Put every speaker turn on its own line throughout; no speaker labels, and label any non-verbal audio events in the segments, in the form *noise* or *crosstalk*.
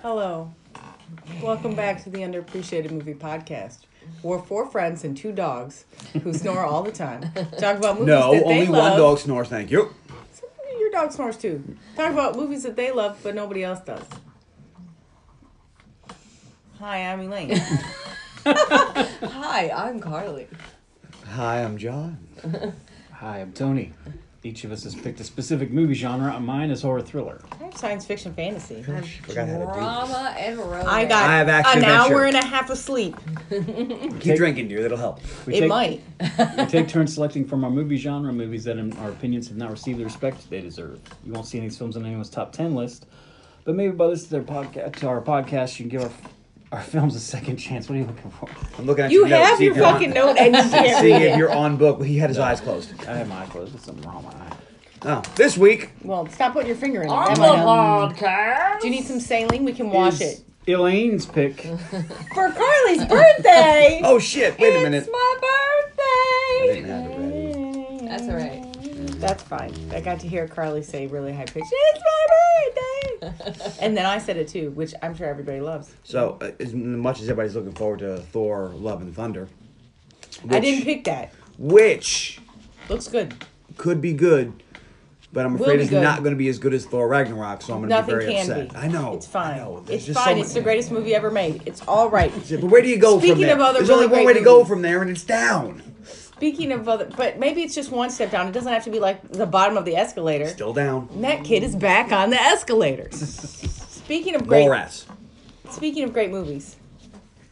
Hello. Welcome back to the Underappreciated Movie Podcast. We're four friends and two dogs
*laughs*
who snore all the time. Talk about movies
No,
that they
only
love.
one dog snores. Thank you.
Your dog snores too. Talk about movies that they love, but nobody else does. Hi, I'm
*laughs*
Elaine.
Hi, I'm Carly.
Hi, I'm John.
Hi, I'm Tony. Each of us has picked a specific movie genre. Mine is horror thriller.
I have science fiction fantasy.
I'm
forgot how to do this.
drama and romance.
I got
I have action
an
adventure.
hour and a half of sleep.
Keep drinking, dear. That'll help.
We
It
take,
might.
*laughs*
We take turns selecting from our movie genre movies that, in our opinions, have not received the respect they deserve. You won't see these films on anyone's top ten list, but maybe by listening to, their podca- to our podcast, you can give our, our films a second chance. What are you looking for?
I'm looking at
You
your notes,
have
see
your
if you're on-
fucking note and you can't
*laughs* See
read
if
it.
you're on book. He had his eyes closed.
I have my eye closed. There's something wrong with my eye.
Oh, this week.
Well, stop putting your finger in it.
I'm
That
a
might help.
podcast.
Do you need some saline? We can wash
Is
it. *laughs*
Elaine's pick.
For Carly's birthday! *laughs*
Oh shit! Wait a minute.
It's my
I
birthday!
didn't have it ready.
That's all right.
That's fine. I got to hear Carly say really high pitched, It's my birthday! and then I said it too, which I'm sure everybody loves.
So, uh, as much as everybody's looking forward to Thor: Love and Thunder, which,
I didn't pick that.
which
Looks good.
could be good, but I'm
Will
afraid
be
it's
good.
not going to be as good as Thor: Ragnarok. So I'm going to be
Nothing
very
can
upset.
be.
I know.
It's fine.
I know. There's
It's
just so
fine.
many-
it's the greatest movie ever made. It's all right.
But where do you go from
Speaking
there?
of other
There's
really
only one
great
way to go
movies.
from there, and it's down.
Speaking of other, but maybe it's just one step down. It doesn't have to be like the bottom of the escalator.
Still down.
And that kid is back on the
*laughs*
escalator. Speaking of great
More rats.
Speaking of great movies,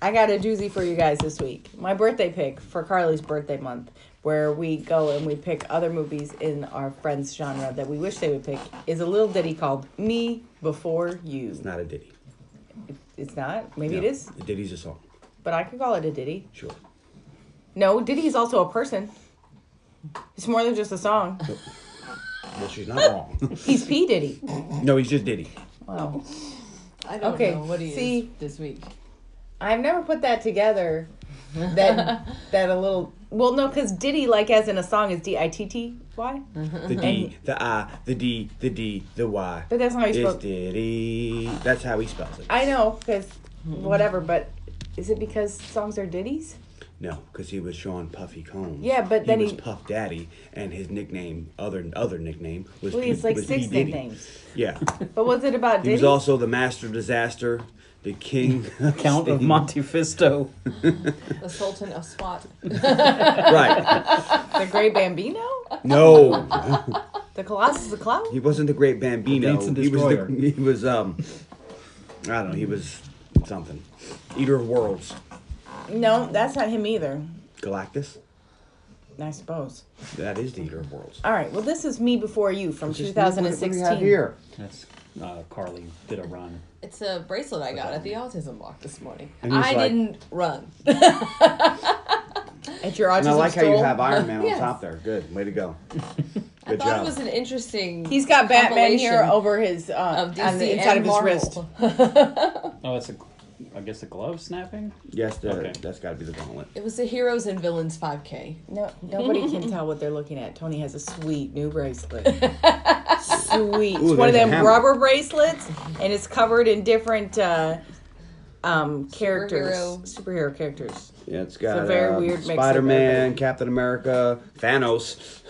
I got a doozy for you guys this week. My birthday pick for Carly's birthday month, where we go and we pick other movies in our friends' genre that we wish they would pick, is a little ditty called Me Before You.
Not a ditty.
It's not? Maybe it
No,
is,
A ditty's a song.
but I could call it a ditty.
Sure.
No, ditty is also a person. It's more than just a song.
Well, she's not
*laughs*
wrong.
He's P. Diddy.
no, he's just ditty.
Wow.
I don't
Okay,
know what he
see.
is this week.
I've never put that together. That that a little well no because Diddy like as in a song is D I T T Y.
The D, the I, the D, the D, the Y.
But that's not how you
It's
spell.
ditty. That's how he spells it.
I know because whatever, but is it because songs are ditties?
No, because he was Sean Puffy Combs.
Yeah, but then
he was
he-
Puff Daddy, and his nickname, other other nickname, was
Well,
P-
it's like
was
six
P. Diddy.
nicknames. *laughs*
Yeah,
But was it about
he was
Diddy?
also the master of disaster,
*laughs*
the king, *laughs*
Count of Monte Fisto.
The Sultan of SWAT.
right?
the Great Bambino,
No,
the Colossus of Cloud.
he wasn't the great Bambino.
Dancing
he was
Destroyer.
the, *laughs* he was um, I don't know. He was something, eater of worlds,
No, that's not him either.
Galactus.
I suppose.
That is the eater of worlds.
All right. Well, this is me before you from 2016.
That's uh, Carly did a run.
It's a bracelet I got at the autism block this morning.
And he's
I
like-
didn't run.
At your autism
And I like how you
stroll.
have Iron Man
Yes.
on top there. Good. Way to go. Good
I thought
job.
it was an interesting.
He's got Batman here
compilation
over his uh,
of DC
on the inside
and
of his
Marvel.
wrist.
Oh, that's a. I guess a glove snapping.
yes, there,
Okay.
that's got to be the gauntlet.
It was the heroes and villains 5K.
No, nobody can tell what they're looking at. Tony has a sweet new bracelet. sweet.
Ooh,
it's one of
there's a
them
hammer.
rubber bracelets, and it's covered in different uh, um, characters,
Superhero.
superhero characters.
Yeah, it's got
very
uh,
weird mix of
Spider-Man,
everything.
Captain America, Thanos,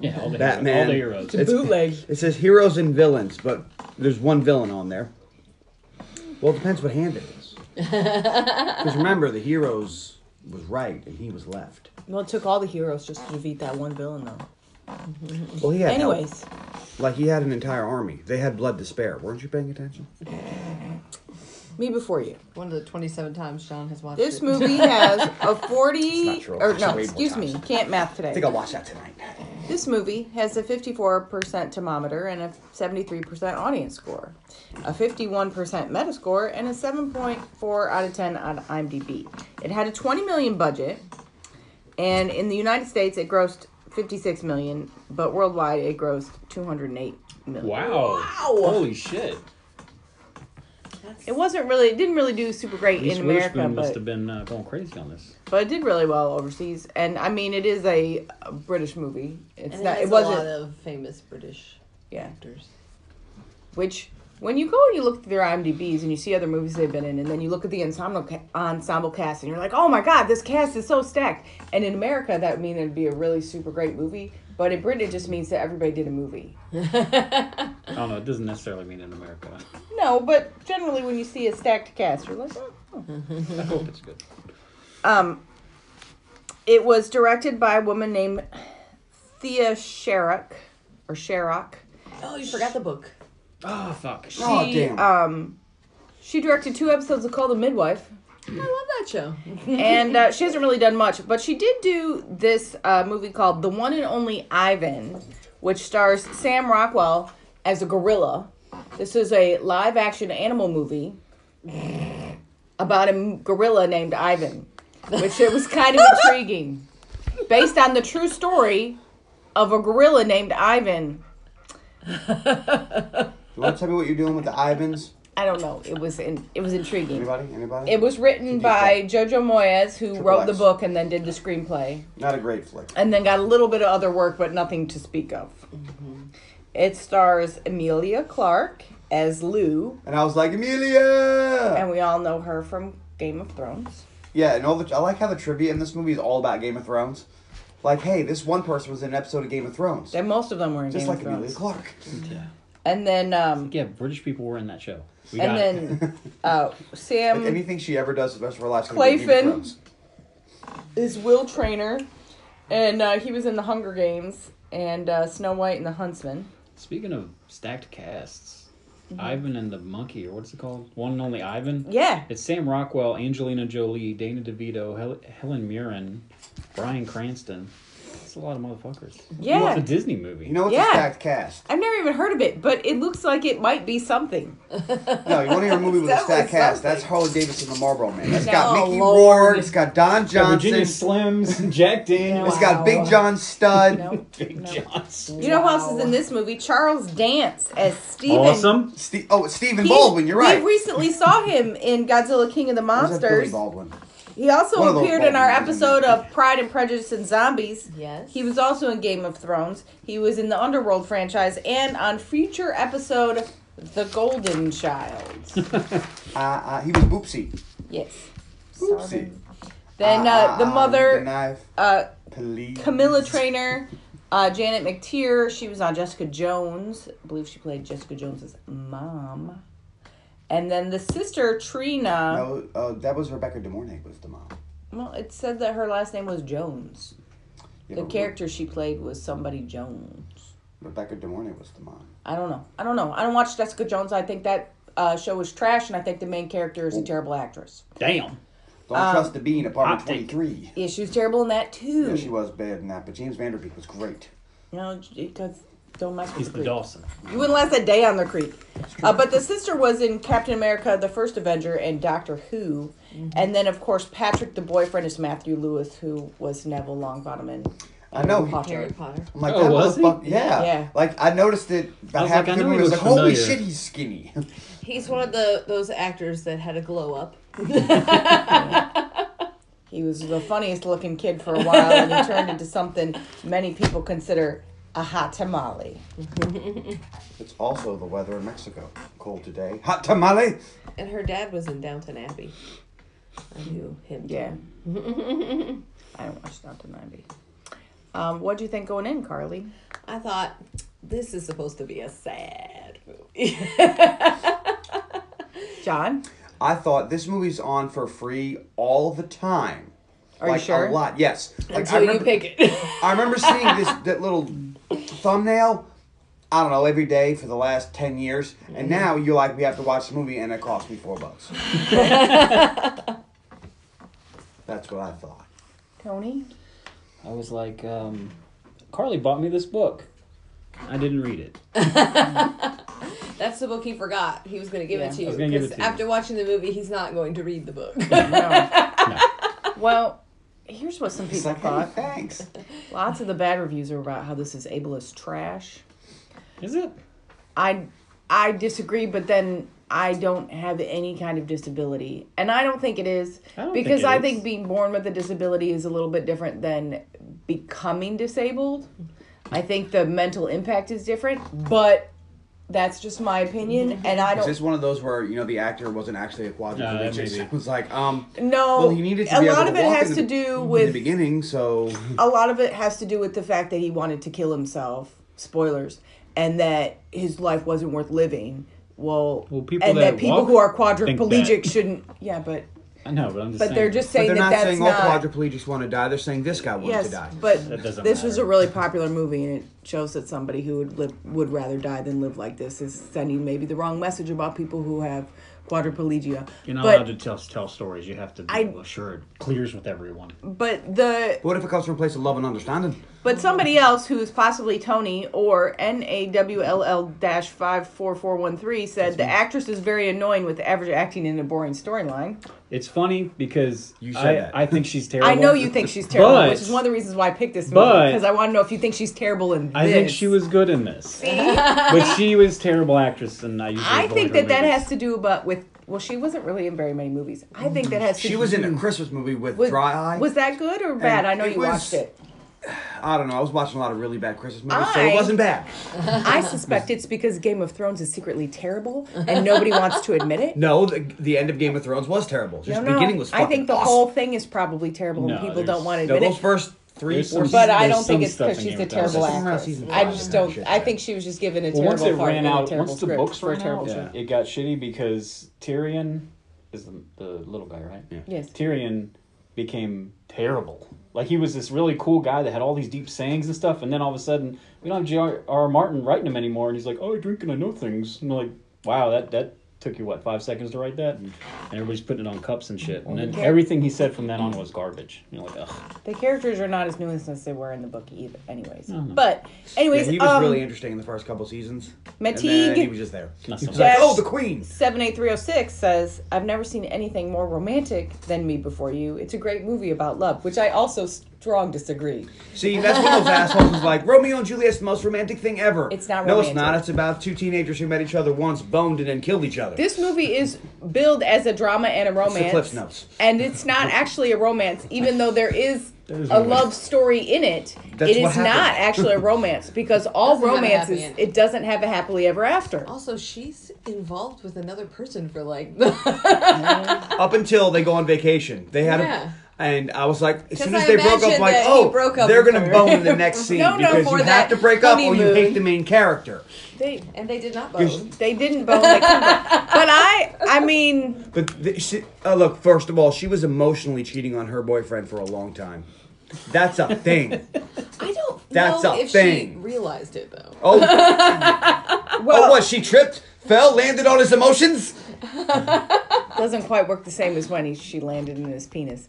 Yeah, all the
Batman.
Heroes, all the heroes.
It's-
Bootleg.
It says heroes and villains, but there's one villain on there. Well, it depends what hand it is. Because remember, the heroes was right and he was left.
Well, it took all the heroes just to defeat that one villain, though.
Well, he had help.
Anyways,
like he had an entire army. They had blood to spare. Weren't you paying attention?
me before you.
One of the 27 times John has watched
This
it.
movie has a
not
forty
true.
or
It's way
no,
more
excuse me,
times.
can't math today.
I think I'll watch that tonight.
This movie has a 54% thermometer and a 73% audience score, a 51% Metascore, and a 7.4 out of 10 on IMDb. It had a 20 million budget, and in the United States it grossed 56 million, but worldwide it grossed 208 million.
Wow. Holy shit.
It wasn't really, it didn't really do super great
Reese
in America,
Witherspoon must
but,
have been uh, going crazy on this.
but it did really well overseas. And I mean, it is a, a British movie. It's
And it
not,
has
it wasn't,
a lot of famous British
yeah.
actors.
Which When you go and you look through their IMDb's and you see other movies they've been in, and then you look at the ensemble ca- ensemble cast, and you're like, "Oh my God, this cast is so stacked!" And in America, that would mean it'd be a really super great movie, but in Britain, it just means that everybody did a movie.
I don't know. It doesn't necessarily mean in America.
No, but generally, when you see a stacked cast, you're like, "Oh."
*laughs* I hope it's good.
Um, it was directed by a woman named Thea Sherrock, or Sherrock.
*laughs* Oh, you forgot the book.
Oh fuck. She,
Oh,
She,
damn.
Um, she directed two episodes of Call the Midwife,
I love that show.
and uh, she hasn't really done much, but she did do this uh, movie called The One and Only Ivan, which stars Sam Rockwell as a gorilla. This is a live action animal movie about a m- gorilla named Ivan, which it was kind of intriguing. Based on the true story of a gorilla named Ivan.
You want to tell me what you're doing with the Ivans?
I don't know. It was in, it was intriguing.
Anybody? Anybody?
It was written
Did you
by Jojo Moyes, who wrote the
X.
book and then did the screenplay,
Not a great flick.
and then got a little bit of other work, but nothing to speak of.
Mm-hmm.
It stars Amelia Clark as Lou,
And I was like, Amelia!
and we all know her from Game of Thrones.
Yeah, and all the I like how the trivia in this movie is all about Game of Thrones. Like, hey, this one person was in an episode of Game of Thrones.
And most of them were in
just
Game
like
of Thrones.
Amelia Clark.
yeah.
And then, um,
Yeah. British people were in that show. We
and
got
*laughs*
it.
then uh,
Like,
Sam
anything she ever does the rest of her life is gonna be Game of
Clayfin.
Thrones.
is Will Trainer, and uh, he was in the Hunger Games and uh, Snow White and the Huntsman.
Speaking of stacked casts, Ivan and the Monkey, or what's it called? One and only Ivan.
Mm-hmm. Yeah,
It's Sam Rockwell, Angelina Jolie, Dana DeVito, Hel- Helen Mirren, Brian Cranston. It's a lot of motherfuckers.
Yeah.
Well, it's a Disney movie.
You know it's
Yeah.
a stacked cast.
I've never even heard of it, but it looks like it might be something.
No, you want to hear
*laughs*
a movie with a
That was
stacked cast?
something.
That's Harley Davis and the Marlboro Man. It's
No,
got Mickey
Lord.
Rourke. It's got Don
Got Virginia
Johnson.
Slims, Jack Daniels,
It's got
Wow.
Big John Stud.
No.
Big Johnson.
You know who else is
Wow.
in this movie? Charles Dance as Steven.
Awesome.
Ste- oh, it's Stephen
He-
Baldwin. You're right.
We recently saw him in Godzilla King of the
Where's that Billy
Monsters.
Baldwin.
He also
One of those
appeared in our
Baldwins, isn't
episode
it?
of Pride and Prejudice and Zombies.
Yes.
He was also in Game of Thrones. He was in the Underworld franchise and on future episode The Golden
*laughs*
Child.
Uh, uh, he was Boopsy.
yes.
Boopsy.
Then uh, the
Ah, The
mother,
knife.
uh,
Police.
Camilla Trainer, uh, Janet McTeer. She was on Jessica Jones. I believe she played Jessica Jones's mom. And then the sister Trina.
No, uh, that was Rebecca De Mornay was the mom.
Well, it said that her last name was Jones. The
Yeah, but Re-
character she played was somebody Jones.
Rebecca De Mornay was the mom.
I don't know. I don't know. I don't watch Jessica Jones. I think that uh, show is trash, and I think the main character is a terrible actress.
Damn.
Don't
Um,
trust the bean. Apartment
hot take.
twenty-three.
Yeah, she was terrible in that too.
Yeah, she was bad in that, but James Vanderbeek was great.
You know, because don't mess with
He's
the
the
creep.
Dawson.
You wouldn't last a day on the creek. Uh, but the sister was in Captain America, the first Avenger, and Doctor Who.
Mm-hmm.
And then, of course, Patrick, the boyfriend, is Matthew Lewis, who was Neville Longbottom. And
I know. He,
Potter.
Harry Potter.
I'm like,
Oh,
that
was he?
motherfucker. Yeah.
Yeah.
Like, I noticed it
I
about
was
half
like, I
the
know
movie.
he
I was
was
like, holy
familiar.
shit, he's skinny. *laughs*
He's one of the those actors that had a glow up.
he was the funniest looking kid for a while, and *laughs* he turned into something many people consider a hot tamale.
it's also the weather in Mexico. Cold today. Hot tamale.
And her dad was in Downton Abbey. I knew him.
Yeah. *laughs* I don't watch Downton Abbey. Um, what do you think going in, Carly?
I thought this is supposed to be a sad movie. *laughs*
John?
I thought this movie's on for free all the time.
Are you
like,
sure?
A lot. Yes. Like, I
Until you
remember-
pick
*laughs*
it.
I remember
*laughs*
seeing this that little thumbnail. I don't know every day for the last ten years, and
Mm-hmm.
now you're like, we have to watch the movie, and it cost me four
*laughs*
bucks. That's what I thought.
Tony?
I was like, um, Carly bought me this book. I didn't
*laughs*
read it.
That's the book he forgot. He was going to give
Yeah,
it to
I
you.
was gonna give it
'cause
to you.
after watching the movie, he's not going to read the book. *laughs*
*laughs*
No. *laughs* Well, here's what some
It's
people
like,
thought.
hey, thanks.
Lots of the bad reviews are about how this is ableist trash.
Is it?
I I disagree, but then I don't have any kind of disability, and I don't think it is
I don't think
because
it
I
is.
think being born with a disability is a little bit different than becoming disabled. I think the mental impact is different, but That's just my opinion, and I
Mm-hmm. Is
don't.
this one of those where you know the actor wasn't actually a
Uh,
quadriplegic? so *laughs*
maybe.
it was like, um,
no,
well, he needed to
a
be
lot
able
of
to
it
walk
has
in
to
the-
do
in the
with
beginning, so
a lot of it has to do with the fact that he wanted to kill himself. Spoilers, and that his life wasn't worth living. Well,
Well, people
and
that
that, people
walk
who are
think that.
quadriplegic shouldn't. Yeah, but
I know, but I'm just
but
saying.
they're just
but
saying
they're
that
not
that's
saying all
not.
quadriplegics want to die. They're saying this guy wanted
Yes,
to die.
but
That
this
doesn't
was
matter.
a really popular movie, and it shows that somebody who would live, would rather die than live like this is sending maybe the wrong message about people who have quadriplegia.
You're not
but
allowed to tell, tell stories. You have to be
I-
sure it clears with everyone.
but the
what if it comes from a place of love and understanding?
But somebody else who is possibly Tony or NAWLL 54413 said the actress is very annoying with the average acting in a boring storyline.
It's funny because
You said
I,
that.
I think she's
*laughs*
terrible.
I know you think she's terrible,
But-
which is one of the reasons why I picked this movie
but-
because I want to know if you think she's terrible in this.
I think she was good in this, but she was terrible actress, and I usually.
I
avoid
think
her
that that
movies.
has to do about with well, she wasn't really in very many movies. I think that has to
She was in a Christmas movie with
was,
Dry Eye.
Was that good or bad?
And
I know
it
you
was-
watched it.
I don't know. I was watching a lot of really bad Christmas movies, so
I-
it wasn't bad.
I suspect it's because Game of Thrones is secretly terrible and nobody wants to admit it.
No, the, the end of Game of Thrones was terrible. Just the beginning was.
I think
fucking
the
awesome.
whole thing is probably terrible
No,
and people
there's-
don't want to
No,
admit
those
it.
first three,
There's
four.
some-
But
seasons-
I
there's
don't think
some
it's
stuff
because
in
she's
Game
a
of Thrones.
terrible
Somewhere else
actress.
season
I
five
just
and
don't.
shit.
I think she was just given a
Well, once
terrible
it
part
ran
and a
out,
terrible
once the
script
books
for a
ran
terrible
out,
show.
it got shitty because Tyrion is the, the little guy, right? Yeah.
Yes.
Tyrion became terrible. Like he was this really cool guy that had all these deep sayings and stuff, and then all of a sudden we don't have J.R.R. Martin writing him anymore, and he's like, "Oh, I drink and I know things," and I'm like, "Wow, that that took you what five seconds to write that?" Mm-hmm. And everybody's putting it on cups and shit, and then
Okay.
everything he said from then on was garbage. You're like, ugh.
The characters are not as nuanced as they were in the book either. Anyways,
no.
but
Yeah,
anyways,
he was
um,
really interesting in the first couple seasons. And then
Mateague-
he was just there. He
Not
was
so
like,
much.
oh, the Queen.
78306 says, I've never seen anything more romantic than Me Before You. It's a great movie about love, which I also strong disagree.
See, that's one of those assholes
*laughs*
who's like, Romeo and Juliet's the most romantic thing ever.
It's not
No, it's
romantic.
not. It's about two teenagers who met each other once, boned, and then killed each other.
This movie is billed as a drama and a romance.
the Cliff's Notes.
And it's not actually a romance, even though there is
There is
a
romance.
love story in it.
That's
it is
what happened.
not actually a romance because all
Doesn't have a happy
romances,
ending.
it doesn't have a happily ever after.
Also, she's involved with another person for like. *laughs*
Up until they go on vacation, they had
Yeah.
a. And I was like, as soon
'Cause
as
I
they broke up,
imagine
like,
that he
oh,
broke up
they're
with
gonna
her.
bone in the next
*laughs*
scene
No, no,
because
for
you
that
have to break up or you
honeymoon.
hate the main character.
They
and they did not bone.
they didn't bone like But I I mean
But th- she, uh, look, first of all, she was emotionally cheating on her boyfriend for a long time. That's a
*laughs*
thing.
I don't
That's
know
a
if
thing.
she realized it though.
Oh,
well,
oh, what? She tripped, fell, landed on his emotions.
doesn't quite work the same as when he, she landed in his penis.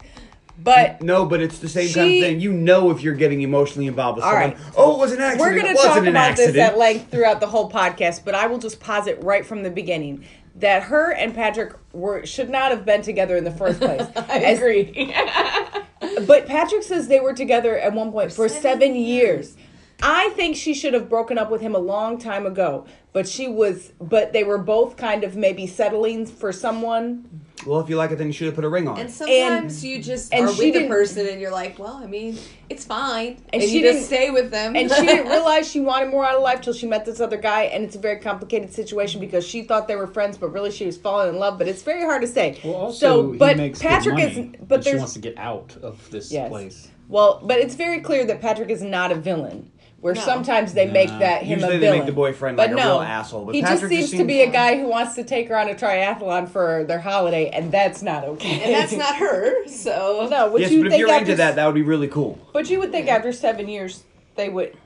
But
No, but it's the same kind
She-
of thing. You know, if you're getting emotionally involved with
All
someone,
right.
oh, it was an accident.
We're going
it
to
wasn't
talk
an
about
accident.
this at length throughout the whole podcast, but I will just posit right from the beginning that her and Patrick were should not have been together in the first place.
I
As-
agree.
*laughs* but Patrick says they were together at one point for, seven,
seven
years. I think she should have broken up with him a long time ago, but she was but they were both kind of maybe settling for someone.
Well, if you like it, then you should have put a ring on.
And
it.
sometimes you just
and
are
she
with a
didn't-
person and you're like, well, I mean, it's fine. And,
she
you just
didn't-
stay with them.
And she
*laughs*
didn't realize she wanted more out of life till she met this other guy and it's a very complicated situation because she thought they were friends but really she was falling in love, but it's very hard to say.
Well, also,
so but
he makes
Patrick
good
is
money,
but
and she
there's
wants to get out of this
Yes.
place.
Well, but it's very clear that Patrick is not a villain. Where
No.
sometimes they make
No.
that him
Usually
a
they
villain.
make the boyfriend,
but
like, a
no,
real asshole, but
he just
Patrick just
seems to
seems-
be a guy who wants to take her on a triathlon for their holiday, and that's not okay. *laughs*
and that's not her. So
no. Would
yes,
you
but if
think
you're
after
into that, that would be really cool.
But you would think after seven years they would.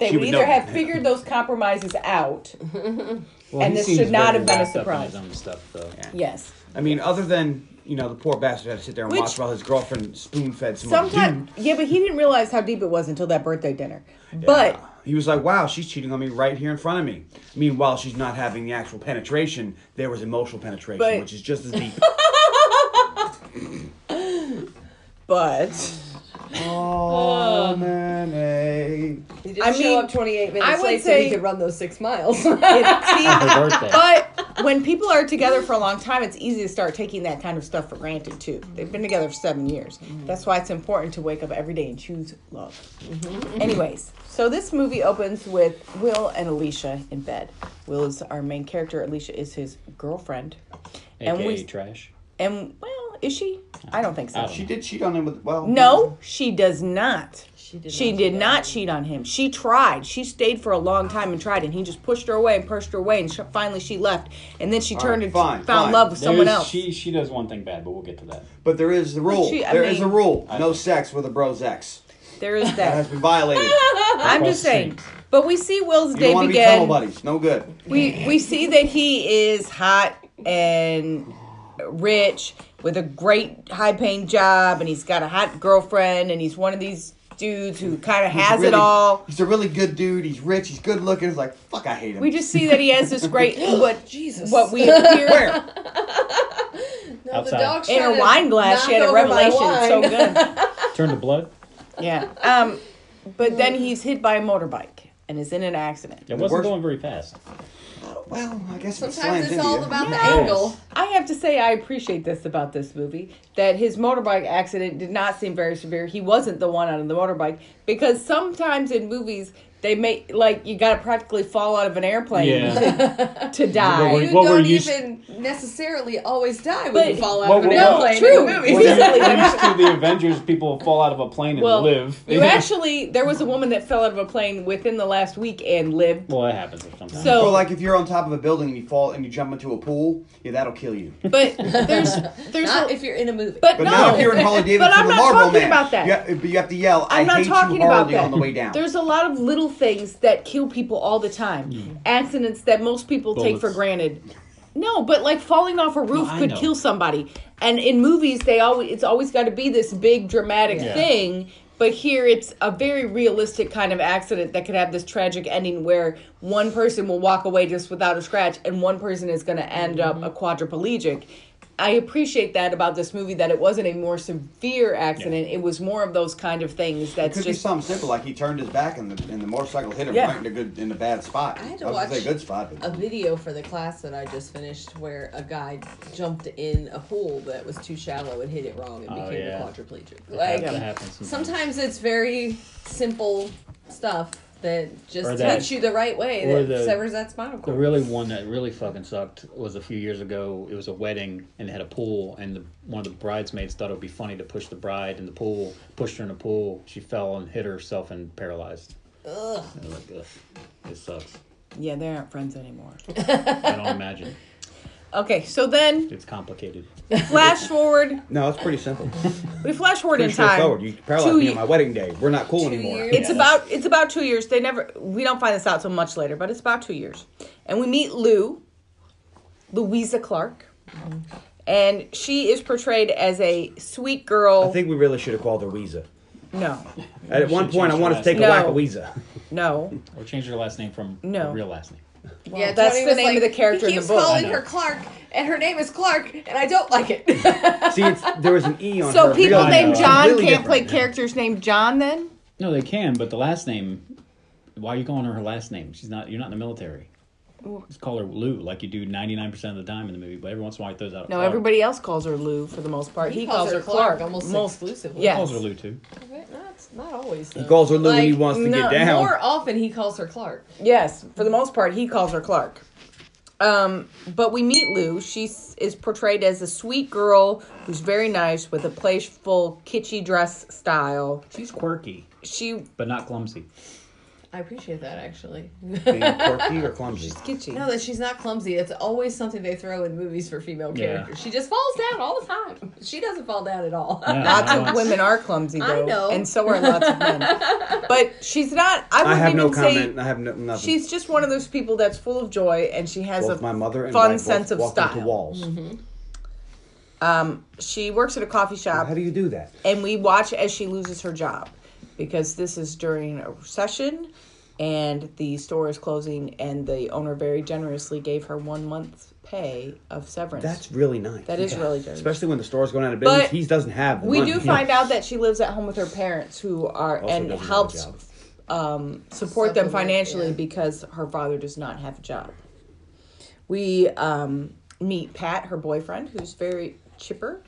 They
She
would
would
either
know.
have figured those compromises out.
Well,
And
he
this
seems
should not
very
have been a
wrapped up in his
surprise.
own stuff, *laughs* though.
*laughs* Yes.
I mean, other than you know, the poor bastard had to sit there and
Which-
watch while his girlfriend spoon fed some. other
Sometimes, yeah, but he didn't realize how deep it was until that birthday dinner. But
dude. He was like, "Wow, she's cheating on me right here in front of me." Meanwhile, she's not having the actual penetration. There was emotional penetration,
But-
which is just
*laughs*
as deep.
but. *laughs*
oh, man,
he didn't
I
show
mean,
up 28 minutes
I would
late so
say- *laughs*
he could run those six miles.
It, see,
Her birthday.
But when people are together for a long time, it's easy to start taking that kind of stuff for granted too. They've been together for seven years.
Mm-hmm.
That's why it's important to wake up every day and choose love.
Mm-hmm.
Anyways, so this movie opens with Will and Alicia in bed. Will is our main character. Alicia is his girlfriend. *laughs* and
AKA
we
trash.
and well, is she? I don't think so.
She did cheat on him with well.
No, she does not.
She did
She
not
did
do that.
not cheat on him. She tried. She stayed for a long time and tried, and he just pushed her away and pushed her away, and sh finally she left. And then she
All
turned
right,
and
fine,
found
fine.
love with someone
There's-
else.
She she does one thing bad, but we'll get to
*laughs*
that.
But there is the rule. There
she- I
is a
mean-
rule. No sex with a bro's ex.
there is
That has *laughs*
that. *laughs*
been violated.
I'm
Across
just
the
saying.
street.
But we see Will's
You don't
day
want to be tunnel
begin.
buddies. No good.
We we see that he is hot and rich with a great high paying job, and he's got a hot girlfriend, and he's one of these dudes who kind of has it
Really-
all.
He's a really good dude. He's rich. He's good looking. It's like fuck. I hate him.
We just see that he has this great
*laughs* *gasps*
what
Jesus.
what we appear
where
No,
Outside.
The dog's
in
trying
her
to
wine glass. She
knock
had a
over my
revelation. It's so
wine.
good.
Turn to blood.
Yeah. Um, but then he's hit by a motorbike and is in an accident.
It wasn't
worst-
going very fast.
well, I guess if it slams
*laughs* Sometimes it's
into
all
you.
about the
Yeah.
angle.
I have to say, I appreciate this about this movie that his motorbike accident did not seem very severe. He wasn't the one on the motorbike because sometimes in movies they make like you got to practically fall out of an airplane
Yeah.
*laughs*
to, to die.
What
You
we're
don't
used-
even necessarily always die when
But-
you fall out
What
of an
we're-
airplane.
True.
In
We're
Well,
movies. *laughs*
used to the Avengers people fall out of a plane and
well,
live. *laughs*
you actually there was a woman that fell out of a plane within the last week and lived.
well, that happens sometimes.
So-
Or like if you're on top of a building and you fall and you jump into a pool, yeah, that'll kill you.
But
*laughs*
there's there's
Not
a-
if you're in a movie.
But
But
no,
now if you're in Harley
*laughs*
Davidson,
but I'm
the
not
Marlboro
talking
Man,
about that.
You have, you have to yell, "I
I'm not
hate
talking
you,
about
Harley,"
that.
on the way down.
There's a lot of little things that kill people all the time.
Mm.
Accidents that most people take for
Bullets.
granted. No, but like falling off a roof
I
could
know.
kill somebody. And in movies, they always it's always got to be this big dramatic
Yeah.
thing. But here, it's a very realistic kind of accident that could have this tragic ending where one person will walk away just without a scratch, and one person is going to end
Mm-hmm.
up a quadriplegic. I appreciate that about this movie that it wasn't a more severe accident. It was more of those kind of things that's
Could be
just
something simple like he turned his back and the, and the motorcycle hit him
Yeah.
right in a good in a bad spot. I,
had to
was gonna say
watch
good spot, but
a video for the class that I just finished where a guy jumped in a pool that was too shallow and hit it wrong and
Oh,
became
yeah.
a quadriplegic.
That
Like
happens sometimes.
sometimes it's very simple stuff that
Or
just
that-
hits you the right way
or
that
the-
severs that spinal
The
cord.
really one that really fucking sucked was a few years ago. It was a wedding and it had a pool, and the, one of the bridesmaids thought it would be funny to push the bride in the pool, pushed her in the pool. She fell and hit herself and paralyzed.
Ugh.
I was like, Ugh, this sucks.
Yeah, they aren't friends anymore.
*laughs*
I don't
*laughs*
imagine.
okay, so then
It's complicated.
flash forward.
no, it's
*laughs*
pretty simple.
We flash forward
Pretty
in time.
straightforward. You paralyzed
Two
me
ye-
on my wedding day. We're not cool
Two
anymore.
years.
It's
Yeah.
about it's about two years. They never we don't find this out till much later, but it's about two years. And we meet Lou, Louisa Clark, and she is portrayed as a sweet girl.
I think we really should have called her Weeza.
no,
At one
should
point, I
change
want us to
her
take
last
a whack
name.
at Weeza.
no,
Or change your last name from
No.
the real last name.
Well, that's
Tony
the
was
name of the character in
he
the
keeps
book.
calling
I know.
her Clark, and her name is Clark, and I don't
*laughs*
like it.
See, it's, there was an E on
so
her
people
real name.
named
It's
John
really
can't play
different.
characters named John. Then
No, they can, but the last name. Why are you calling her her last name? She's not. You're not in the military. Just call her Lou, like you do 99 percent of the time in the movie. But every once in a while, he throws out. a
no,
Clark.
everybody else calls her Lou for the most part. He, calls, her Clark,
almost
most
exclusively.
Yeah.
calls her Lou too.
But not, not always. Though.
He calls her Lou when he
Like,
wants to
no,
get down.
More often, he calls her Clark.
Yes, for the most part, he calls her Clark. Um, but we meet Lou. She s- is portrayed as a sweet girl who's very nice with a playful, kitschy dress style.
She's quirky,
She
but not clumsy.
I appreciate that actually. *laughs*
Being quirky or clumsy.
kitschy.
No, that she's not clumsy. It's always something they throw in movies for female
Yeah.
characters. She just falls down all the time. *laughs* She doesn't fall down at all.
Yeah,
lots
no,
of women are clumsy,
I
though,
know.
and so are lots of
*laughs*
men. But she's not. I
I
wouldn't
have
even
no
say
comment. I have no, nothing.
she's just one of those people that's full of joy, and she has
both
a
my mother and
fun
wife both
sense of
walked
style. Mm-hmm.
Into walls.
Um, she works at a coffee shop.
How do you do that?
and we watch as she loses her job because this is during a recession and the store is closing and the owner very generously gave her one month's pay of severance
That's really nice.
That is really generous
Especially when the store's going out of business,
But
he doesn't have.
we
money.
do find out that she lives at home with her parents who are
Also
and
doesn't have a
helps
job.
um, support them
Supplement,
financially
yeah.
because her father does not have a job we um, meet Pat, her boyfriend, who's very chipper.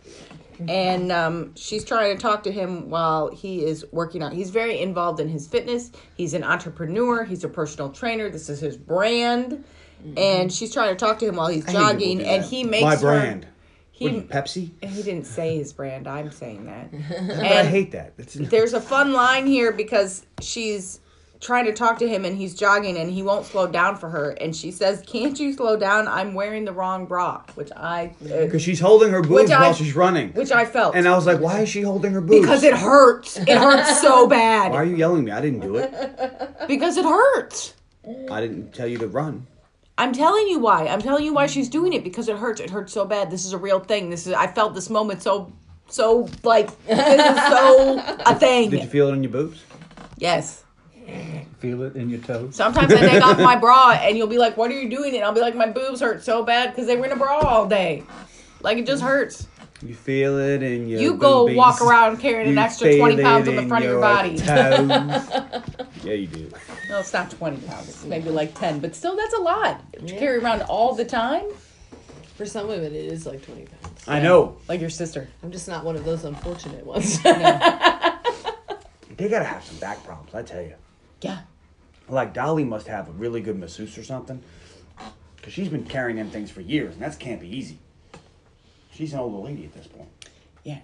And um, she's trying to talk to him while he is working out. He's very involved in his fitness. He's an entrepreneur. He's a personal trainer. This is his brand. And she's trying to talk to him while he's
Mm-hmm. I hate when people
jogging.
do
And
that.
he makes
my
her-
brand. What are you,
He,
Pepsi.
he didn't say his brand. I'm saying that.
I
*laughs* And-
hate that. That's
there's a fun line here because she's trying to talk to him and he's jogging and he won't slow down for her and she says can't you slow down i'm wearing the wrong bra which i uh,
because she's holding her boobs
I-
while she's running,
which i felt
and I was like, "Why is she holding her boobs?
because it hurts it hurts so bad
Why are you yelling at me? I didn't do it.
*laughs* because it hurts
I didn't tell you to run.
i'm telling you why i'm telling you why she's doing it because it hurts it hurts so bad this is a real thing this is i felt this moment so so like this is so a thing
Did you feel it on your boobs?
yes
Feel it in your toes.
Sometimes I take off my bra and you'll be like, What are you doing? And I'll be like, My boobs hurt so bad because they were in a bra all day. Like it just hurts.
You feel it in Mm. your.
You go
boobies.
walk around carrying an
You
extra
feel
20 pounds
it
on the
in
front of your body.
toes.
*laughs*
yeah, you do.
No, it's not 20 pounds. It's maybe like 10, but still, that's a lot to carry around all the time.
*laughs* For some women, it is like 20 pounds.
I know.
Like your sister.
I'm just not one of those unfortunate ones. *laughs*
They gotta have some back problems. I tell you.
Yeah.
Like Dolly must have a really good masseuse or something, because she's been carrying them things for years, and that can't be easy. She's an old lady at this point.
Yeah.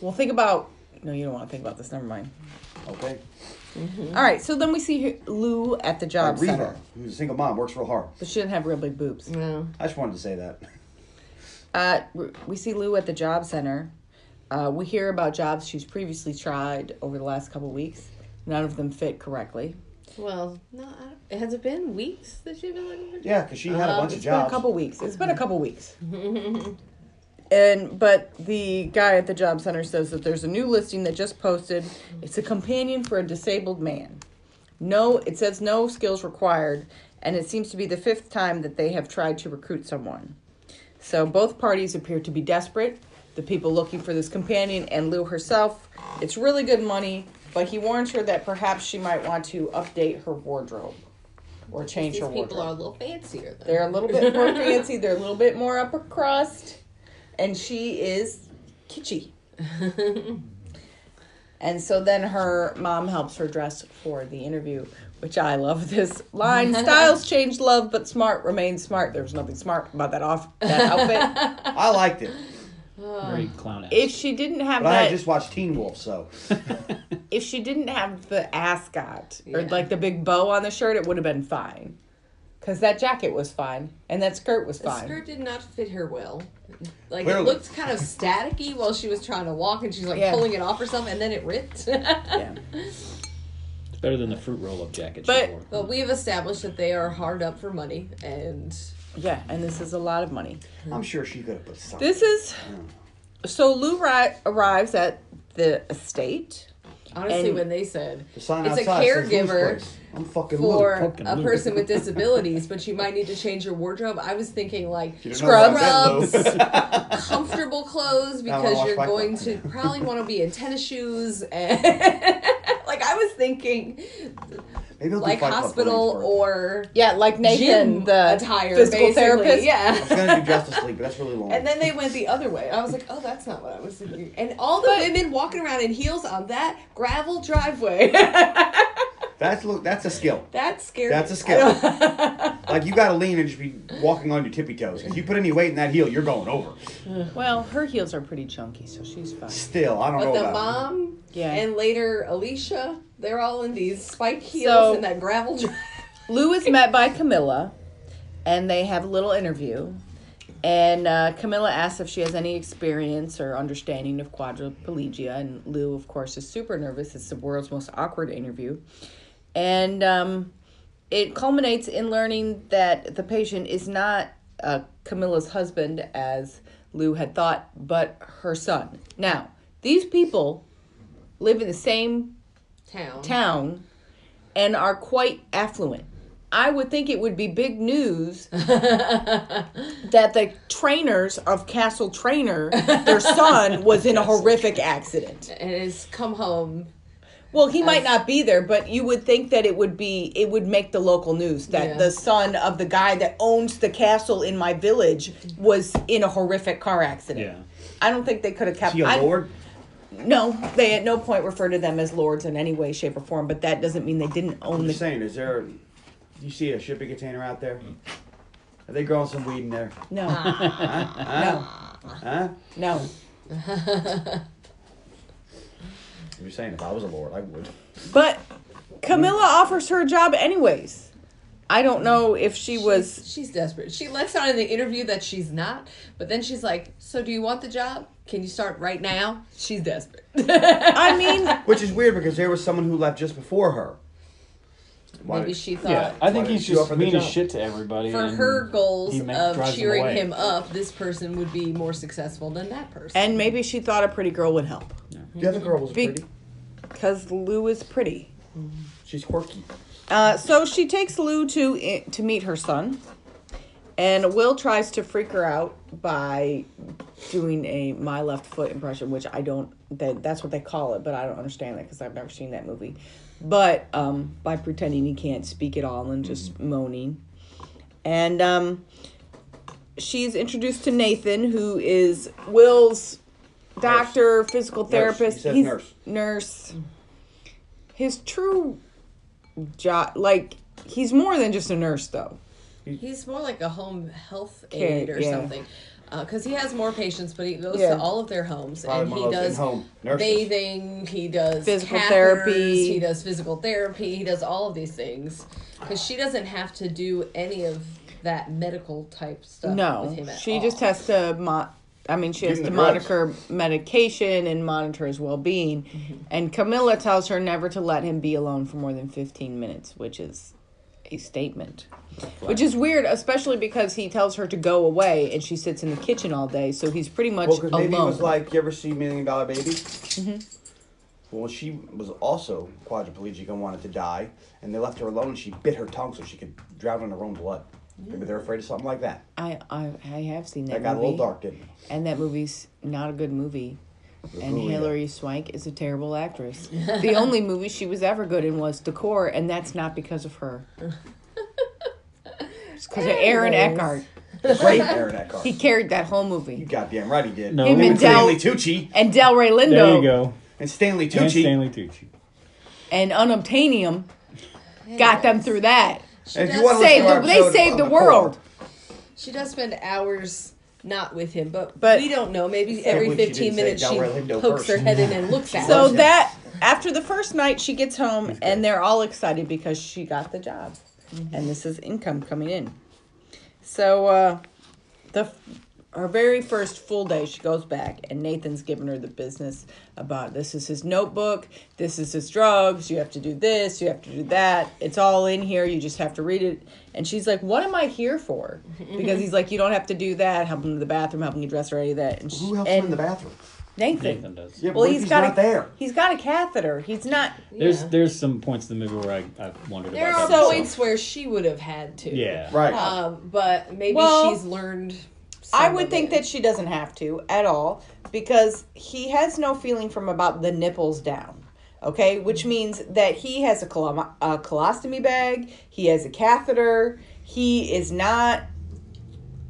Well, think about. No, you don't want to think about this. Never mind.
Okay. Mm.
All right. So then we see her- Lou at the job
Reva,
center.
who's a single mom, works real hard.
But she didn't have real big boobs.
no.
I just wanted to say that. *laughs*
Uh, we- we see Lou at the job center. Uh, we hear about jobs she's previously tried over the last couple weeks. None of them fit correctly.
Well, no, I, has it been weeks that you've been looking for jobs?
Yeah, because she had a
Um,
bunch of
It's been a
jobs.
couple weeks. It's been a couple weeks. and but the guy at the job center says that there's a new listing that just posted. It's a companion for a disabled man. No, it says no skills required, and it seems to be the fifth time that they have tried to recruit someone. So both parties appear to be desperate. The people looking for this companion and Lou herself. It's really good money, but he warns her that perhaps she might want to update her wardrobe or change
These
her wardrobe.
people are a little fancier. Than
They're a little bit more fancy. They're a little bit more upper crust, and she is kitschy.
*laughs*
and so then her mom helps her dress for the interview, which I love this
*laughs*
line: "Styles change, love, but smart remains smart." There was nothing smart about that off that
*laughs*
outfit.
I liked it,
Very clown ass.
if she didn't have
but I
that,
had just watched Teen Wolf, so
if she didn't have the ascot or
Yeah.
like the big bow on the shirt, it would have been fine. Cause that jacket was fine, and that skirt was
The
fine.
skirt did not fit her well. Like
Clearly.
it looked kind of staticky while she was trying to walk, and she's like
Yeah.
pulling it off or something, and then it ripped. *laughs*
Yeah.
It's better than the fruit roll up jacket
But-
she wore.
but we have established that they are hard up for money, and
yeah, and this is a lot of money.
I'm sure she could have put something.
This is so Lou ri- arrives at the estate.
honestly,
And
when they said
the sign
it's a
outside says Lou's
caregiver
Place. I'm fucking
for
Lou.
fucking
a
Lou.
*laughs*
person with disabilities, but you might need to change your wardrobe, I was thinking like
You don't know
Scrubs.
where I've been, Lou. *laughs*
comfortable clothes
I wanna
because
wash
you're
my
going
clothes.
to probably want to be in tennis shoes *laughs* and. Like I was thinking,
Maybe I'll do
like
Fight Club for
hospital
Williamsburg.
or
Yeah, like Nathan,
gym
the
attire,
physical
basically.
therapist.
I
Yeah.
was gonna do Justice League, but that's really long.
And then they went the other way. I was like, oh, that's not what I was thinking. And all the women walking around in heels on that gravel driveway. *laughs*
that's look, that's a skill.
that's scary.
That's *laughs* a skill. like you gotta lean and just be walking on your tippy toes. If you put any weight in that heel, you're going over.
Well, her heels are pretty chunky, so she's fine.
Still, I don't
But
know
the
about.
mom
Yeah.
and later Alicia, they're all in these spike heels
So-
and that gravel drive.
Lou is met by Camilla, and they have a little interview. And uh, Camilla asks if she has any experience or understanding of quadriplegia, and Lou, of course, is super nervous. It's the world's most awkward interview, and um, it culminates in learning that the patient is not uh, Camilla's husband, as Lou had thought, but her son. Now, these people live in the same
*laughs* Town.
town and are quite affluent. I would think it would be big news that the trainers of Castle Trainer, their son, was in a horrific accident.
And has come home
Well, he might not be there, but you would think that it would be it would make the local news that
Yeah.
the son of the guy that owns the castle in my village was in a horrific car accident.
Yeah.
I don't think they could have kept
Is he a
I-
lord?
No, they at no point refer to them as lords in any way, shape, or form, but that doesn't mean they didn't own
I'm
the
just saying, is there? Do you see a shipping container out there? Are they growing some weed in there?
No.
Huh? Huh?
No. No.
I'm just saying, if I was a lord, I would.
But Camilla offers her job anyways. I don't know if she was
She's desperate. She lets out in the interview that she's not, but then she's like, "So do you want the job? Can you start right now?" She's desperate. *laughs*
I mean
Which is weird because there was someone who left just before her. Why
Maybe
did-
she thought
Yeah, I think
didn't
he's
you
just
offer the
mean as
job?
shit to everybody.
for
and
her goals
he ma-
of
drives them
cheering
away.
him up, this person would be more successful than that person.
and maybe she thought a pretty girl would help.
the other girl was
Be-
pretty.
Because Lou is pretty.
She's quirky.
Uh, so she takes Lou to eh, to meet her son, and Will tries to freak her out by doing a my left foot impression, which I don't that that's what they call it, but I don't understand that because I've never seen that movie. But um, by pretending he can't speak at all and just moaning, and um, she's introduced to Nathan, who is Will's doctor, physical
Nurse. He
therapist.
says
He's
nurse.
nurse. His true job, like he's more than just a nurse, though.
He's more like a home health
Okay,
aid or
yeah.
something. Because he has more patients, but he goes
Yeah.
to all of their homes
Probably
and
one
he
of those
does
in-home nurses.
bathing, he does
Physical
catheters,
therapy.
he does physical therapy, he does all of these things because she doesn't have to do any of that medical type stuff. with
No,
him at
she
all.
just has to mo- I mean, she
Give
has
him
to
the
monitor medication and monitor his well being. And Camilla tells her never to let him be alone for more than 15 minutes, which is a statement. Which is weird, especially because he tells her to go away and she sits in the kitchen all day. So he's pretty much
Well, because
alone.
maybe it was like, you ever see Million Dollar Baby? Mm-hmm. Well, she was also quadriplegic and wanted to die, and they left her alone, and she bit her tongue so she could drown in her own blood. Maybe they're afraid of something like that.
I, I, I have seen that,
That got a
movie.
little dark, didn't it?
*laughs* And that movie's not a good movie. And
Ooh, yeah.
Hilary Swank is a terrible actress. the only
*laughs*
movie she was ever good in was The Core, and that's not because of
*laughs*
her. It's because of Aaron
Anyways.
Eckhart.
Great Aaron Eckhart.
He carried that whole
You
movie.
goddamn right he did.
No.
And
Him
and
Stanley
Del-
Tucci.
And Del Rey Lindo.
There you go.
And Stanley Tucci.
And Stanley Tucci.
And Unobtainium got them through that.
And if you
does
wanna listen to
Saved
our
the- they
episode
saved
on
the
core,
world.
She does spend hours not with him, but,
But-
we don't know. Maybe every
believe she
15
didn't say
minutes she
Delroy Lindo
pokes her
first.
head in and looks at
So
him.
that after the first night, she gets home and they're all excited because she got the job,
Mm-hmm.
and this is income coming in. So uh, the her very first full day, she goes back and Nathan's giving her the business about this is his notebook, this is his drugs. You have to do this, you have to do that. It's all in here. You just have to read it. And she's like, "What am I here
*laughs*
for?" Because he's like, "You don't have to do that. Help him to the bathroom, helping you dress or any of that." And, she,
Who helps him
and
in the bathroom?
Nathan.
Nathan does.
Yeah,
Well,
well,
he's
he's
got
not
a,
there.
He's got a catheter. He's not.
There's
Yeah.
there's some points in the movie where I I wondered
there are
about that. myself.
points where she would have had to.
Yeah.
Right.
Um, but maybe
Well,
she's learned.
I
some
would
of
think
it.
that she doesn't have to at all because he has no feeling from about the nipples down. Okay, which means that he has a, colom- a colostomy bag. He has a catheter. He is not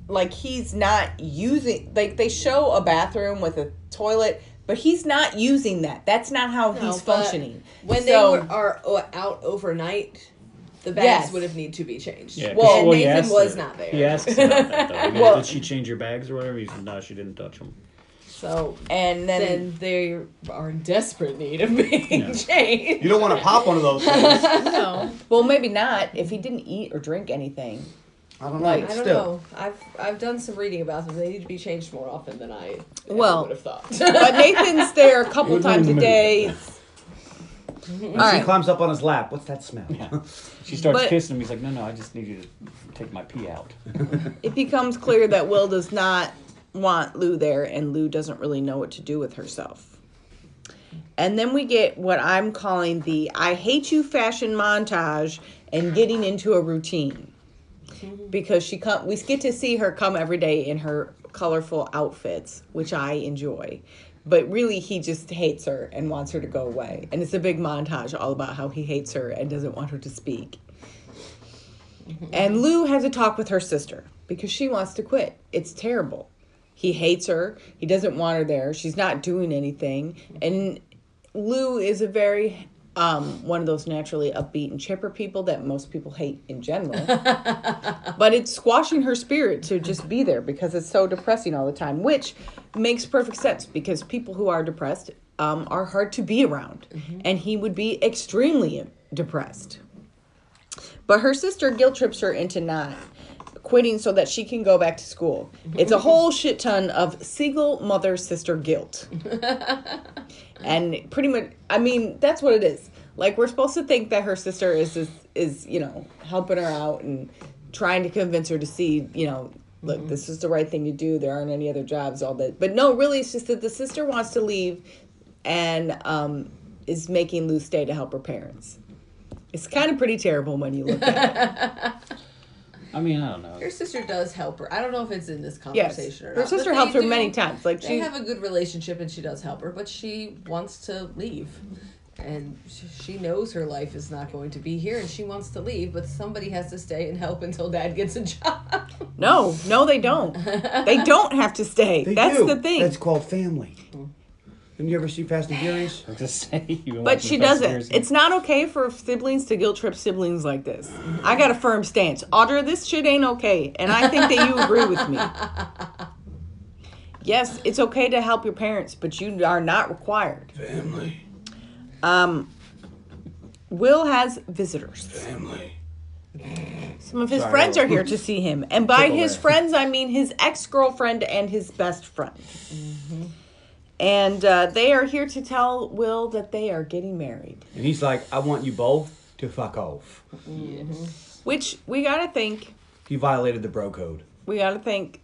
like he's not using like they show a bathroom with a toilet, but he's not using that. That's not how
No,
he's
but
functioning.
When they
So-
were, are o- out overnight, the bags
Yes.
would have need to be changed.
Yeah, 'cause-
Well,
he
Nathan
asked
was
her-
not there.
He asked about that though. He goes,
Well-
Did she change your bags or whatever? He said, No, she didn't touch them.
So
and then,
then they are in desperate need of being *laughs* changed.
you
*laughs*
don't want to pop one of those things. I
No,
well, maybe not if he didn't eat or drink anything.
don't know.
Like,
*laughs*
but
I don't
still.
know. I've I've done some reading about them. They need to be changed more often than I ever
Well,
would have thought.
But Nathan's there a couple
You're doing
times
the
a
movie.
day. All
She
right.
climbs up on his lap. What's that smell?
She starts
But-
kissing him. He's like, No, no, I just need you to take my pee out.
It becomes clear that Will does not want Lou there, and Lou doesn't really know what to do with herself. And then we get what I'm calling the I hate you fashion montage and getting into a routine. Because she come we get to see her come every day in her colorful outfits, which I enjoy. But really, he just hates her and wants her to go away. And it's a big montage all about how he hates her and doesn't want her to speak. And Lou has a talk with her sister because she wants to quit. It's terrible. He hates her. He doesn't want her there. She's not doing anything. And Lou is a very um, one of those naturally upbeat and chipper people that most people hate in general. but it's squashing her spirit to just be there because it's so depressing all the time, which makes perfect sense because people who are depressed um, are hard to be around. And he would be extremely depressed. But her sister guilt trips her into not quitting so that she can go back to school. It's a whole shit ton of single mother sister guilt. and pretty much, I mean, that's what it is. Like we're supposed to think that her sister is is, is you know helping her out and trying to convince her to see you know look this is the right thing to do. There aren't any other jobs, all that. But no, really, it's just that the sister wants to leave, and um, is making Lou stay to help her parents. It's kind of pretty terrible when you look at it.
I mean, I don't know. *laughs*
Your sister does help her. I don't know if it's in this
Yes,
conversation or not.
her
but
sister
they
helps her
do-
many times. Like
They
she,
have a good relationship and she does help her, but she wants to leave. And sh- she knows her life is not going to be here and she wants to leave, but somebody has to stay and help until dad gets a job.
no, no, they don't. they don't have to stay.
They
That's
do.
the thing.
That's called family. Have you ever seen Fast and Furious?
I was gonna say, you've been
but
watching
she
Fast and
doesn't.
Furious.
It's not okay for siblings to guilt trip siblings like this. I got a firm stance. Audra, this shit ain't okay, and I think that you agree with me. Yes, it's okay to help your parents, but you are not required.
Family,
Will has visitors.
family.
Some of his
Sorry,
friends
Will.
are here to see him, and by
Tickle
his
there.
friends, I mean his ex girlfriend and his best friend. And uh, they are here to tell Will that they are getting married.
And he's like, I want you both to fuck off.
Mm-hmm. Which we gotta think,
He violated the bro code.
we gotta think,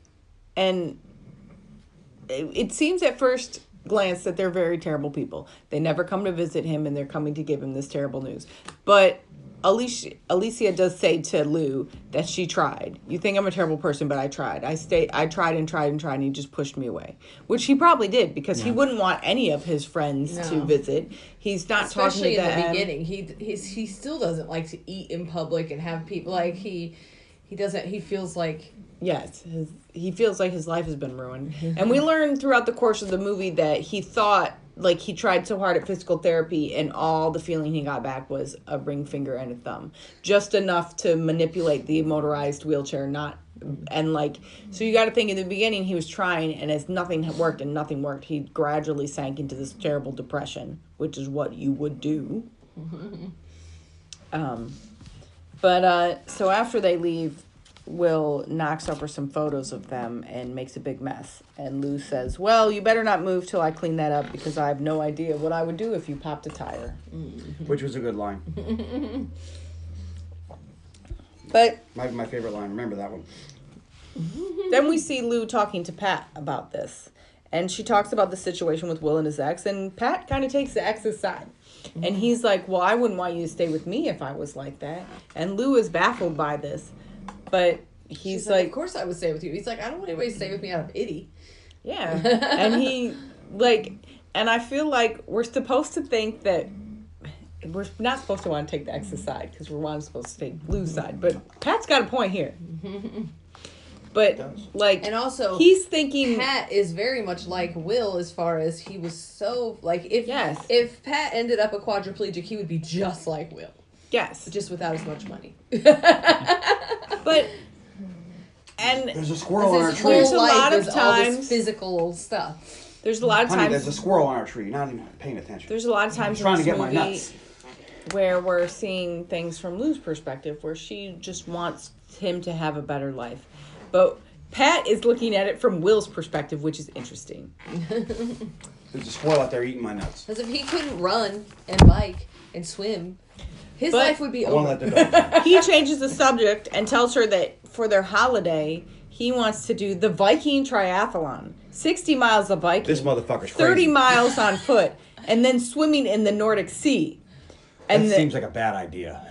and it, it seems at first glance that they're very terrible people. They never come to visit him, and they're coming to give him this terrible news. But Alicia, Alicia does say to Lou that she tried. You think I'm a terrible person, but I tried. I stayed. I tried and tried and tried, and he just pushed me away, which he probably did because he wouldn't want any of his friends to
No.
visit. He's not talking
Especially in
to them.
the beginning. He he's, he still doesn't like to eat in public and have people like he he doesn't he feels like
Yes, his, he feels like his life has been ruined. and we learned throughout the course of the movie that he thought, like, he tried so hard at physical therapy, and all the feeling he got back was a ring finger and a thumb. Just enough to manipulate the motorized wheelchair, not. And, like, so you got to think in the beginning, he was trying, and as nothing had worked and nothing worked, he gradually sank into this terrible depression, which is what you would do. Um, but uh, so after they leave, Will knocks over some photos of them and makes a big mess. And Lou says, "Well, you better not move till I clean that up because I have no idea what I would do if you popped a tire."
Which was a good line.
But
Might be my favorite line. Remember that one.
then we see Lou talking to Pat about this. And she talks about the situation with Will and his ex, and Pat kind of takes the ex's side. And he's like, Well, I wouldn't want you to stay with me if I was like that. And Lou is baffled by this, but he's
he's like,
like
of course I would stay with you. He's like I don't want anybody to stay with me out of pity. *laughs*
Yeah. and he like and I feel like we're supposed to think that we're not supposed to want to take the ex's side because we're one supposed to take Lou's side. But Pat's got a point
*laughs*
here. But like
And also
he's thinking
Pat is very much like Will as far as he was so like if
Yes.
if Pat ended up a quadriplegic, he would be just like Will,
yes.
just without as much money. *laughs*
But and
There's a squirrel on our
His
tree.
There's
whole
a lot
life
of
is all this
times-
physical stuff.
there's a lot of
Honey, there's a
times
squirrel on our tree. You're not even paying attention.
there's a lot of times
I'm
in this
trying to get my
movie
nuts.
where we're seeing things from Lou's perspective, where she just wants him to have a better life. But Pat is looking at it from Will's perspective, which is interesting.
There's a squirrel out there eating my nuts.
Because if he couldn't run and bike and swim, his
But-
life would be
I want
over.
to
*laughs*
let that go.
he changes the subject and tells her that for their holiday, he wants to do the Viking triathlon 60 miles of biking,
This
30
motherfucker's crazy.
miles on foot, and then swimming in the Nordic Sea. And,
that
the-
seems like a bad idea.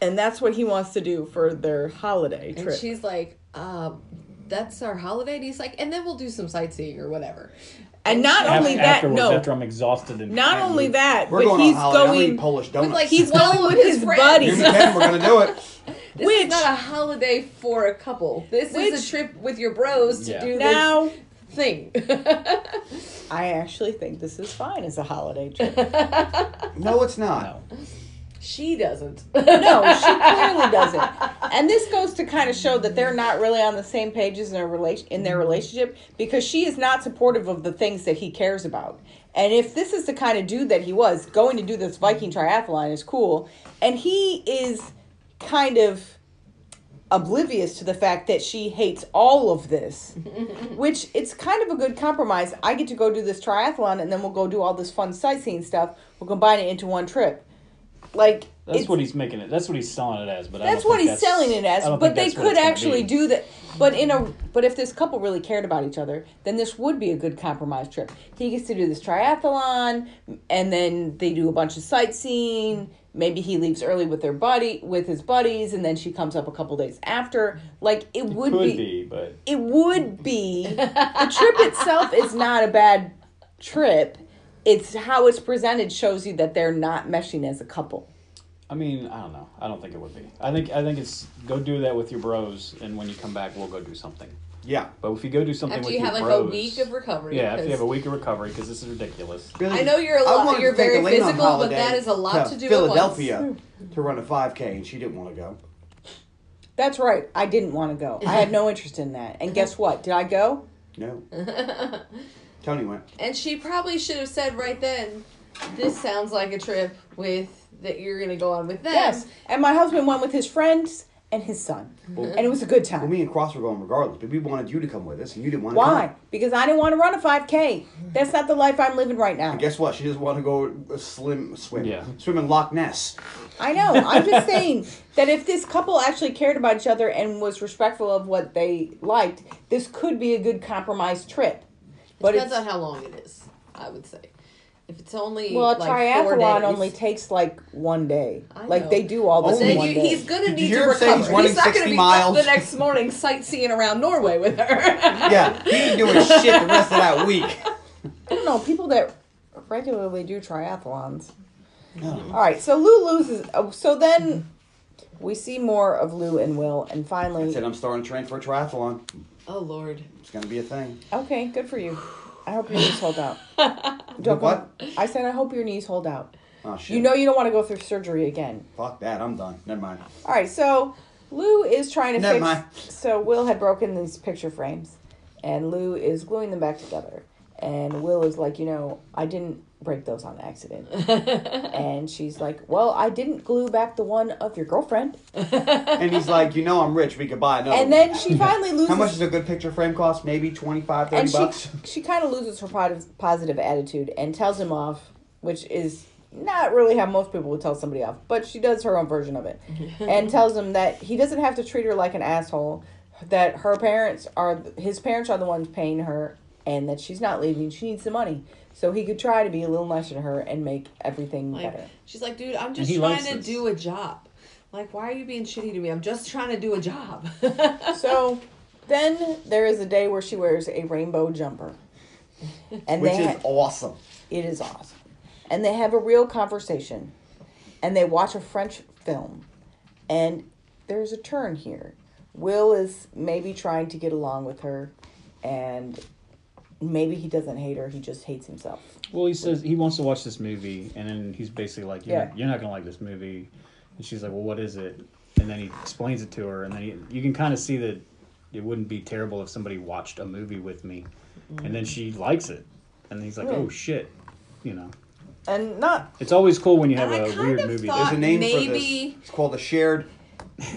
and that's what he wants to do for their holiday
and
trip.
she's like, um, that's our holiday. And he's like, and then we'll do some sightseeing or whatever.
And not
Af-
only that,
afterwards,
no.
after I'm exhausted and
Not
tired.
only that,
We're
but
going
he's
on holiday. I'm eating
going.
Polish
But
donuts.
like
He's
*laughs*
he's going
going
with
with
his
his
friends.
buddies. *laughs*
Give me 10, we're gonna do it.
This
Which-
is not a holiday for a couple. This is
Which-
a trip with your bros to
Yeah.
do
Now,
this
*laughs*
thing.
I actually think this is fine as a holiday trip.
No, it's not.
No.
she doesn't.
No, she clearly doesn't. And this goes to kind of show that they're not really on the same page as in their relation in their relationship because she is not supportive of the things that he cares about. And if this is the kind of dude that he was, going to do this Viking triathlon is cool. And he is kind of oblivious to the fact that she hates all of this, which it's kind of a good compromise. I get to go do this triathlon and then we'll go do all this fun sightseeing stuff. We'll combine it into one trip. Like
That's
it's-
what he's making it. That's what he's selling it as. But I don't
that's what
think
he's selling it as.
I don't
But
think
they
that's what
could
it's gonna
actually
be.
do that. But in a but if this couple really cared about each other, then this would be a good compromise trip. He gets to do this triathlon, and then they do a bunch of sightseeing. Maybe he leaves early with their buddy with his buddies, and then she comes up a couple days after. Like it would
Could
be,
be, but
it would be the trip itself is not a bad trip. It's how it's presented shows you that they're not meshing as a couple.
I mean, I don't know. I don't think it would be. I think I think it's go do that with your bros, and when you come back, we'll go do something.
Yeah.
But if you go do something
After
with
you
your
have like
bros,
a week of recovery.
yeah, if you
because-
have a week of recovery, because this is ridiculous.
Billy,
I know you're a
I
lot-
wanted
you're
to take
very
Elaine on
physical, but
holiday
that is a lot to do at
Philadelphia *laughs* to run a 5K, and she didn't want to go.
That's right. I didn't want to go. I had no interest in that. And guess what? Did I go?
*laughs*
No. Tony went.
And she probably should have said right then, "This sounds like a trip with that you're gonna go on with them."
Yes. And my husband went with his friends and his son.
Mm-hmm.
and it was a good
Well,
time.
me and Cross were going regardless, but we wanted you to come with us, and you didn't want to
Why?
come.
Because I didn't want to run a 5K. That's not the life I'm living right now.
And guess what? She just wanted to go slim swim.
Yeah.
Swim in Loch Ness.
I know. I'm just saying that if this couple actually cared about each other and was respectful of what they liked, this could be a good compromise trip. But
depends
it's,
on how long it is. I would say, if it's only
well, a
like four
triathlon
days,
only takes like one day.
I
Like
know.
they do all this
Only
in
then
one
you,
day.
he's gonna
Did
need
you
to
hear him say
recover.
he's running
not gonna
60
be
miles?
up the next morning sightseeing around Norway with
*laughs*
her.
Yeah. He ain't doing shit the rest of that
*laughs*
week.
I don't know people that regularly do triathlons. All right, so Lou loses. oh, So then we see more of Lou and Will, and
I
finally,
said, I'm starting to train for a triathlon.
oh Lord,
It's going to be a thing.
okay, good for you. I hope your knees hold out.
You what?
I said I hope your knees hold out.
Oh, shit.
You know you don't want to go through surgery again.
Fuck that. I'm done. Never mind.
All right, so Lou is trying to
Never
fix.
mind.
So Will had broken these picture frames, and Lou is gluing them back together. And Will is like, you know, I didn't break those on accident. and she's like, well, I didn't glue back the one of your girlfriend.
And he's like, you know I'm rich. We could buy another
And
one."
then she finally loses.
Oh. How much does a good picture frame cost? Maybe 25, 30
and she
bucks? *laughs*
she kind of loses her positive, positive attitude and tells him off, which is not really how most people would tell somebody off, but she does her own version of it, and tells him that he doesn't have to treat her like an asshole, that her parents are his parents are the ones paying her, and that she's not leaving. She needs the money, so he could try to be a little nicer to her and make everything
like *laughs*
better.
she's like, dude, I'm just
he
trying
likes
to
this.
do a job. Like, why are you being shitty to me? I'm just trying to do a job. *laughs*
So then there is a day where she wears a rainbow jumper, and
Which
they
is
ha-
awesome.
It is awesome. And they have a real conversation and they watch a French film. And there's a turn here. Will is maybe trying to get along with her and maybe he doesn't hate her, he just hates himself.
Well, he says he wants to watch this movie, and then he's basically like, "You're,
Yeah.
you're not gonna like this movie," and she's like, "Well, what is it?" And then he explains it to her, and then he, you can kind of see that it wouldn't be terrible if somebody watched a movie with me,
Mm-hmm.
and then she likes it, and he's like,
Yeah.
"Oh shit," you know.
And not
It's always cool when you have
And I
a
kind
weird
of
movie.
thought-
that-
Uh,
There's a name for
Maybe-
this. It's called the shared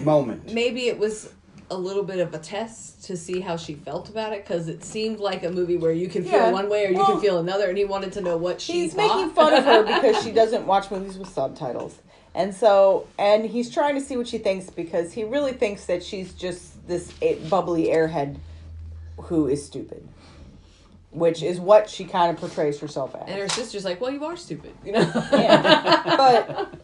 moment.
maybe it was a little bit of a test to see how she felt about it because it seemed like a movie where you can feel
Yeah.
one way or you
Well,
can feel another and he wanted to know what she
he's
thought.
making fun of her
*laughs*
because she doesn't watch movies with subtitles. And so and he's trying to see what she thinks because he really thinks that she's just this eh, bubbly airhead who is stupid. Which is what she kind of portrays herself as.
and her sister's like well you are stupid you know
Yeah. but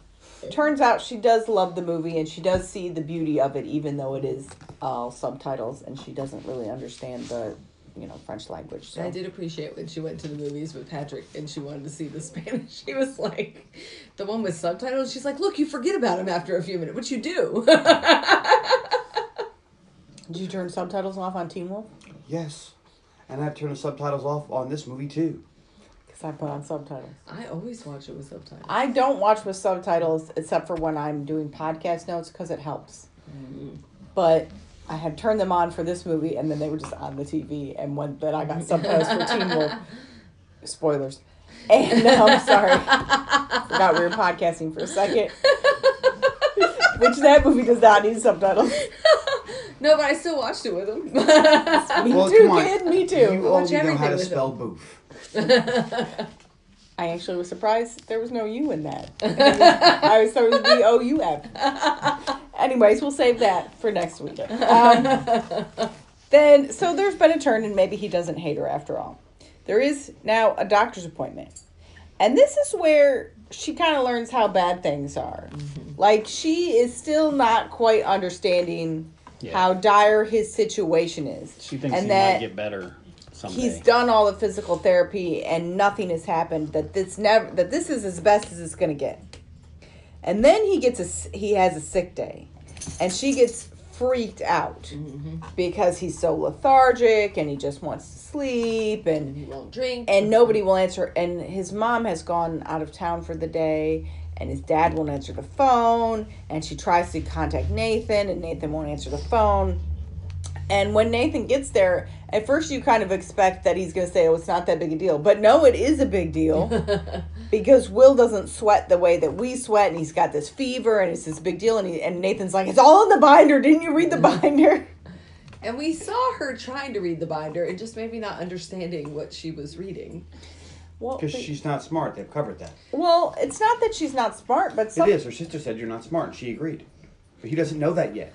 turns out she does love the movie and she does see the beauty of it, even though it is all subtitles and she doesn't really understand the, you know, French language. So.
*laughs* I did appreciate when she went to the movies with Patrick and she wanted to see the *laughs* Spanish. She was like, the one with subtitles. She's like, look, you forget about him after a few minutes, which you do. *laughs*
Did you turn subtitles off on Teen Wolf?
Yes. And I've turned the subtitles off on this movie too.
Because I put on subtitles.
I always watch it with subtitles.
I don't watch with subtitles except for when I'm doing podcast notes because it helps. But I had turned them on for this movie and then they were just on the TV. And when then I got subtitles for Teen Wolf. Spoilers. And no, I'm
*laughs*
sorry. Forgot we were podcasting for a second. Which that movie does not need subtitles.
No, but I still watched it with him. *laughs*
Me
Well,
too,
come on.
kid. Me too.
You
watch
already know how
everything
to
with
spell boof.
I actually was surprised that there was no U in
*laughs*
that. I was thought it was B O U F. Anyways, we'll save that for next week. Um, then, so there's been a turn, and maybe he doesn't hate her after all. There is now a doctor's appointment, and this is where she kind of learns how bad things are.
Mm-hmm.
Like she is still not quite understanding
Yeah.
how dire his situation is.
She thinks
and
he
that
might get better someday.
he's done all the physical therapy and nothing has happened that this never that this is as best as it's gonna get and then he gets a s- he has a sick day and she gets freaked out because he's so lethargic and he just wants to sleep and
he won't drink.
and nobody will answer and his mom has gone out of town for the day and his dad won't answer the phone and she tries to contact nathan and nathan won't answer the phone and when nathan gets there at first you kind of expect that he's going to say oh it's not that big a deal but no it is a big deal because will doesn't sweat the way that we sweat and he's got this fever and it's this big deal and, he, and nathan's like it's all in the binder didn't you read the binder
And we saw her trying to read the binder and just maybe not understanding what she was reading.
well,
Because she's not smart. They've covered that.
well it's not that she's not smart but some,
It is. Her sister said you're not smart, and she agreed. But he doesn't know that yet.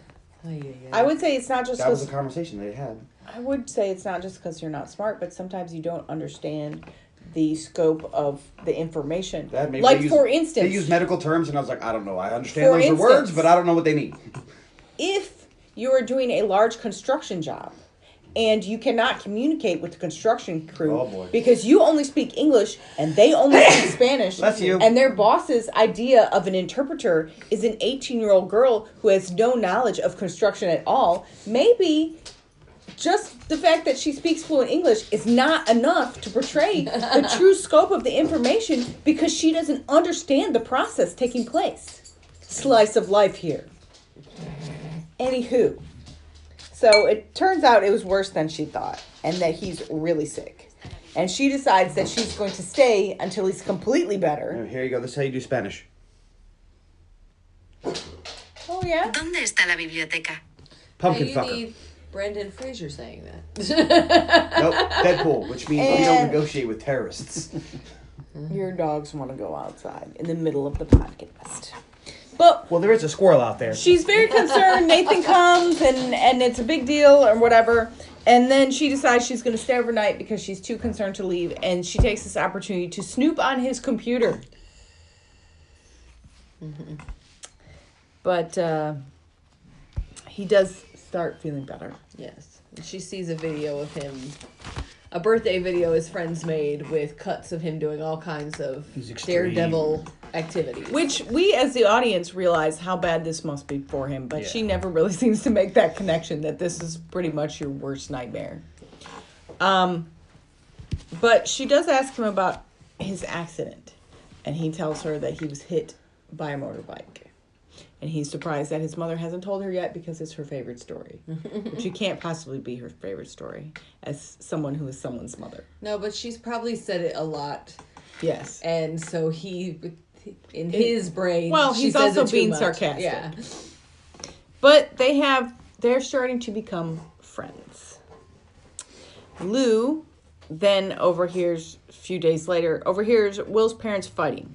i would say it's not just
That was
'cause-
a conversation they had.
I would say it's not just because you're not smart, but sometimes you don't understand the scope of the information.
That maybe
like
they use-
for
they use
instance,
medical terms, and I was like, I don't know. I understand
For
those are words,
instance-
but I don't know what they mean.
if you are doing a large construction job and you cannot communicate with the construction crew
Oh, boy.
because you only speak English and they only
*coughs*
speak Spanish,
Bless you.
and their boss's idea of an interpreter is an 18-year-old girl who has no knowledge of construction at all, maybe just the fact that she speaks fluent English is not enough to portray
*laughs*
the true scope of the information because she doesn't understand the process taking place. Slice of life here. Anywho, so it turns out it was worse than she thought and that he's really sick. And she decides that she's going to stay until he's completely better.
Here you go. This is how you do Spanish.
Oh, yeah?
¿Dónde está la biblioteca?
Now
Pumpkin
you
fucker.
need Brendan Fraser saying that. *laughs*
nope. Deadpool, which means we don't
And-
negotiate
*laughs*
with terrorists.
Your dogs want to go outside in the middle of the podcast. But
Well, there is a squirrel out
*laughs*
there.
she's very concerned. Nathan comes and and it's a big deal or whatever. And then she decides she's going to stay overnight because she's too concerned to leave. And she takes this opportunity to snoop on his computer. But uh, he does start feeling better.
yes. And she sees a video of him, a birthday video his friends made with cuts of him doing all kinds of
He's extreme.
daredevil activities.
Which we, as the audience, realize how bad this must be for him. But she
Yeah.
never really *laughs* seems to make that connection that this is pretty much your worst nightmare. Um, but she does ask him about his accident, and he tells her that he was hit by a motorbike. And he's surprised that his mother hasn't told her yet because it's her favorite story, which you can't possibly be her favorite story as someone who is someone's mother.
no, but she's probably said it a lot.
Yes.
And so he, in his brain,
Well,
she
he's
says
also
it too
being
much.
sarcastic.
Yeah.
But they have they're starting to become friends. Lou then overhears a few days later overhears Will's parents fighting.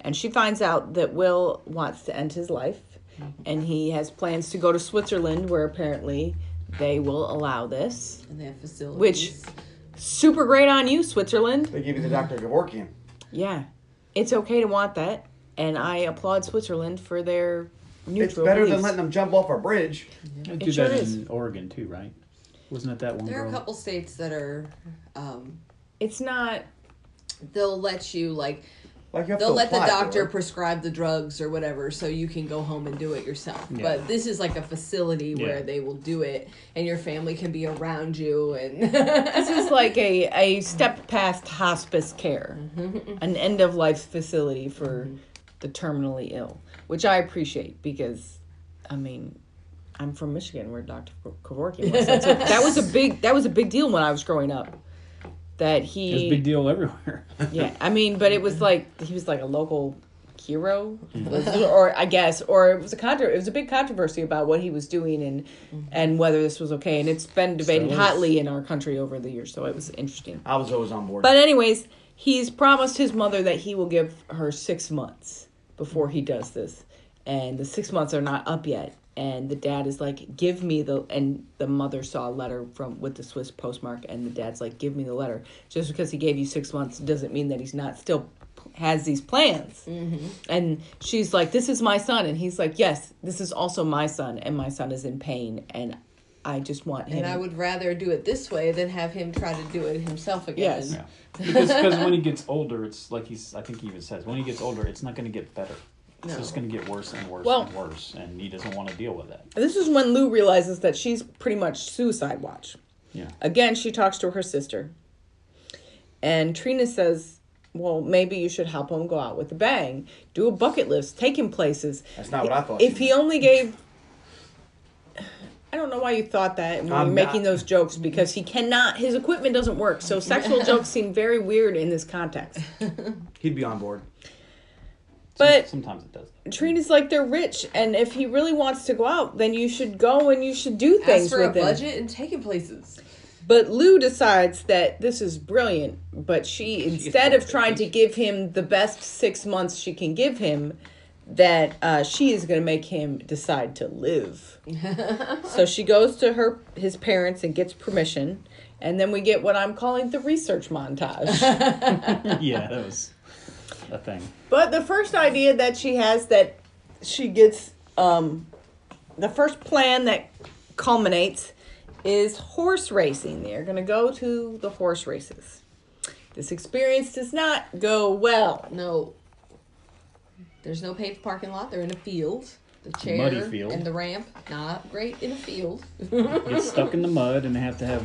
And she finds out that Will wants to end his life and he has plans to go to Switzerland where apparently they will allow this.
And they have facilities.
Which super great on you Switzerland.
They give you the Dr. Gavorkian.
Yeah. It's okay to want that. and I applaud Switzerland for their neutral.
It's better than
beliefs.
letting them jump off a bridge.
They do
It sure
that
is.
in Oregon too, right? Wasn't it that one
There are
girl?
a couple states that are, um,
It's not.
they'll let you like
Like you have
they'll
to
let the
apply for
doctor
it.
prescribe the drugs or whatever so you can go home and do it yourself
Yeah.
but this is like a facility where
Yeah.
they will do it and your family can be around you and *laughs*
This is like a, a step past hospice care, an end of life facility for the terminally ill, which I appreciate because, I mean, I'm from Michigan where Dr. Kevorkian was. That's a- that was a big that was a big deal when I was growing up. That he
There's a big deal everywhere.
Yeah, I mean, but it was like he was like a local hero,
Mm-hmm.
or I guess, or it was a contro- it was a big controversy about what he was doing and and whether this was okay, and it's been debated
So is-
hotly in our country over the years, so it was interesting.
I was always on board.
But anyways, he's promised his mother that he will give her six months before he does this, and the six months are not up yet. And the dad is like, "Give me the," and the mother saw a letter from with the Swiss postmark, and the dad's like, "Give me the letter." Just because he gave you six months doesn't mean that he's not still has these plans.
Mm-hmm.
And she's like, "This is my son," and he's like, "Yes, this is also my son, and my son is in pain, and I just want him."
and i would rather do it this way than have him try to do it himself again
Yes.
Yeah.
*laughs*
Because cause when he gets older, it's like he's, I think he even says, when he gets older, it's not going to get better. It's
No.
just going to get worse and worse
Well-
and worse. And he doesn't want to deal with that.
This is when Lou realizes that she's pretty much suicide watch.
Yeah.
Again, she talks to her sister. And Trina says, Well, maybe you should help him go out with a bang, do a bucket list, take him places.
That's not what I thought.
If
she
he only gave. I don't know why you thought that and why
I'm
you're making
not-
those jokes because he cannot, his equipment doesn't work. So
*laughs*
sexual jokes seem very weird in this context.
meant. he'd be on board.
But
sometimes
*laughs*
it does.
Trina's like, they're rich, and if he really wants to go out, then you should go and you should do things
ask for a
with him.
budget and take him places
But Lou decides that this is brilliant, but she, instead of trying to give him the best six months she can give him, that uh, she is going to make him decide to live. so she goes to her his parents and gets permission, and then we get what I'm calling the research montage.
yeah, that was a thing.
but the first idea that she has that she gets, um, the first plan that culminates is horse racing. They're going to go to the horse races. This experience does not go well.
no there's no paved parking lot they're in a field the chair
Muddy field.
and the ramp not great in a field
Gets stuck in the mud and they have to have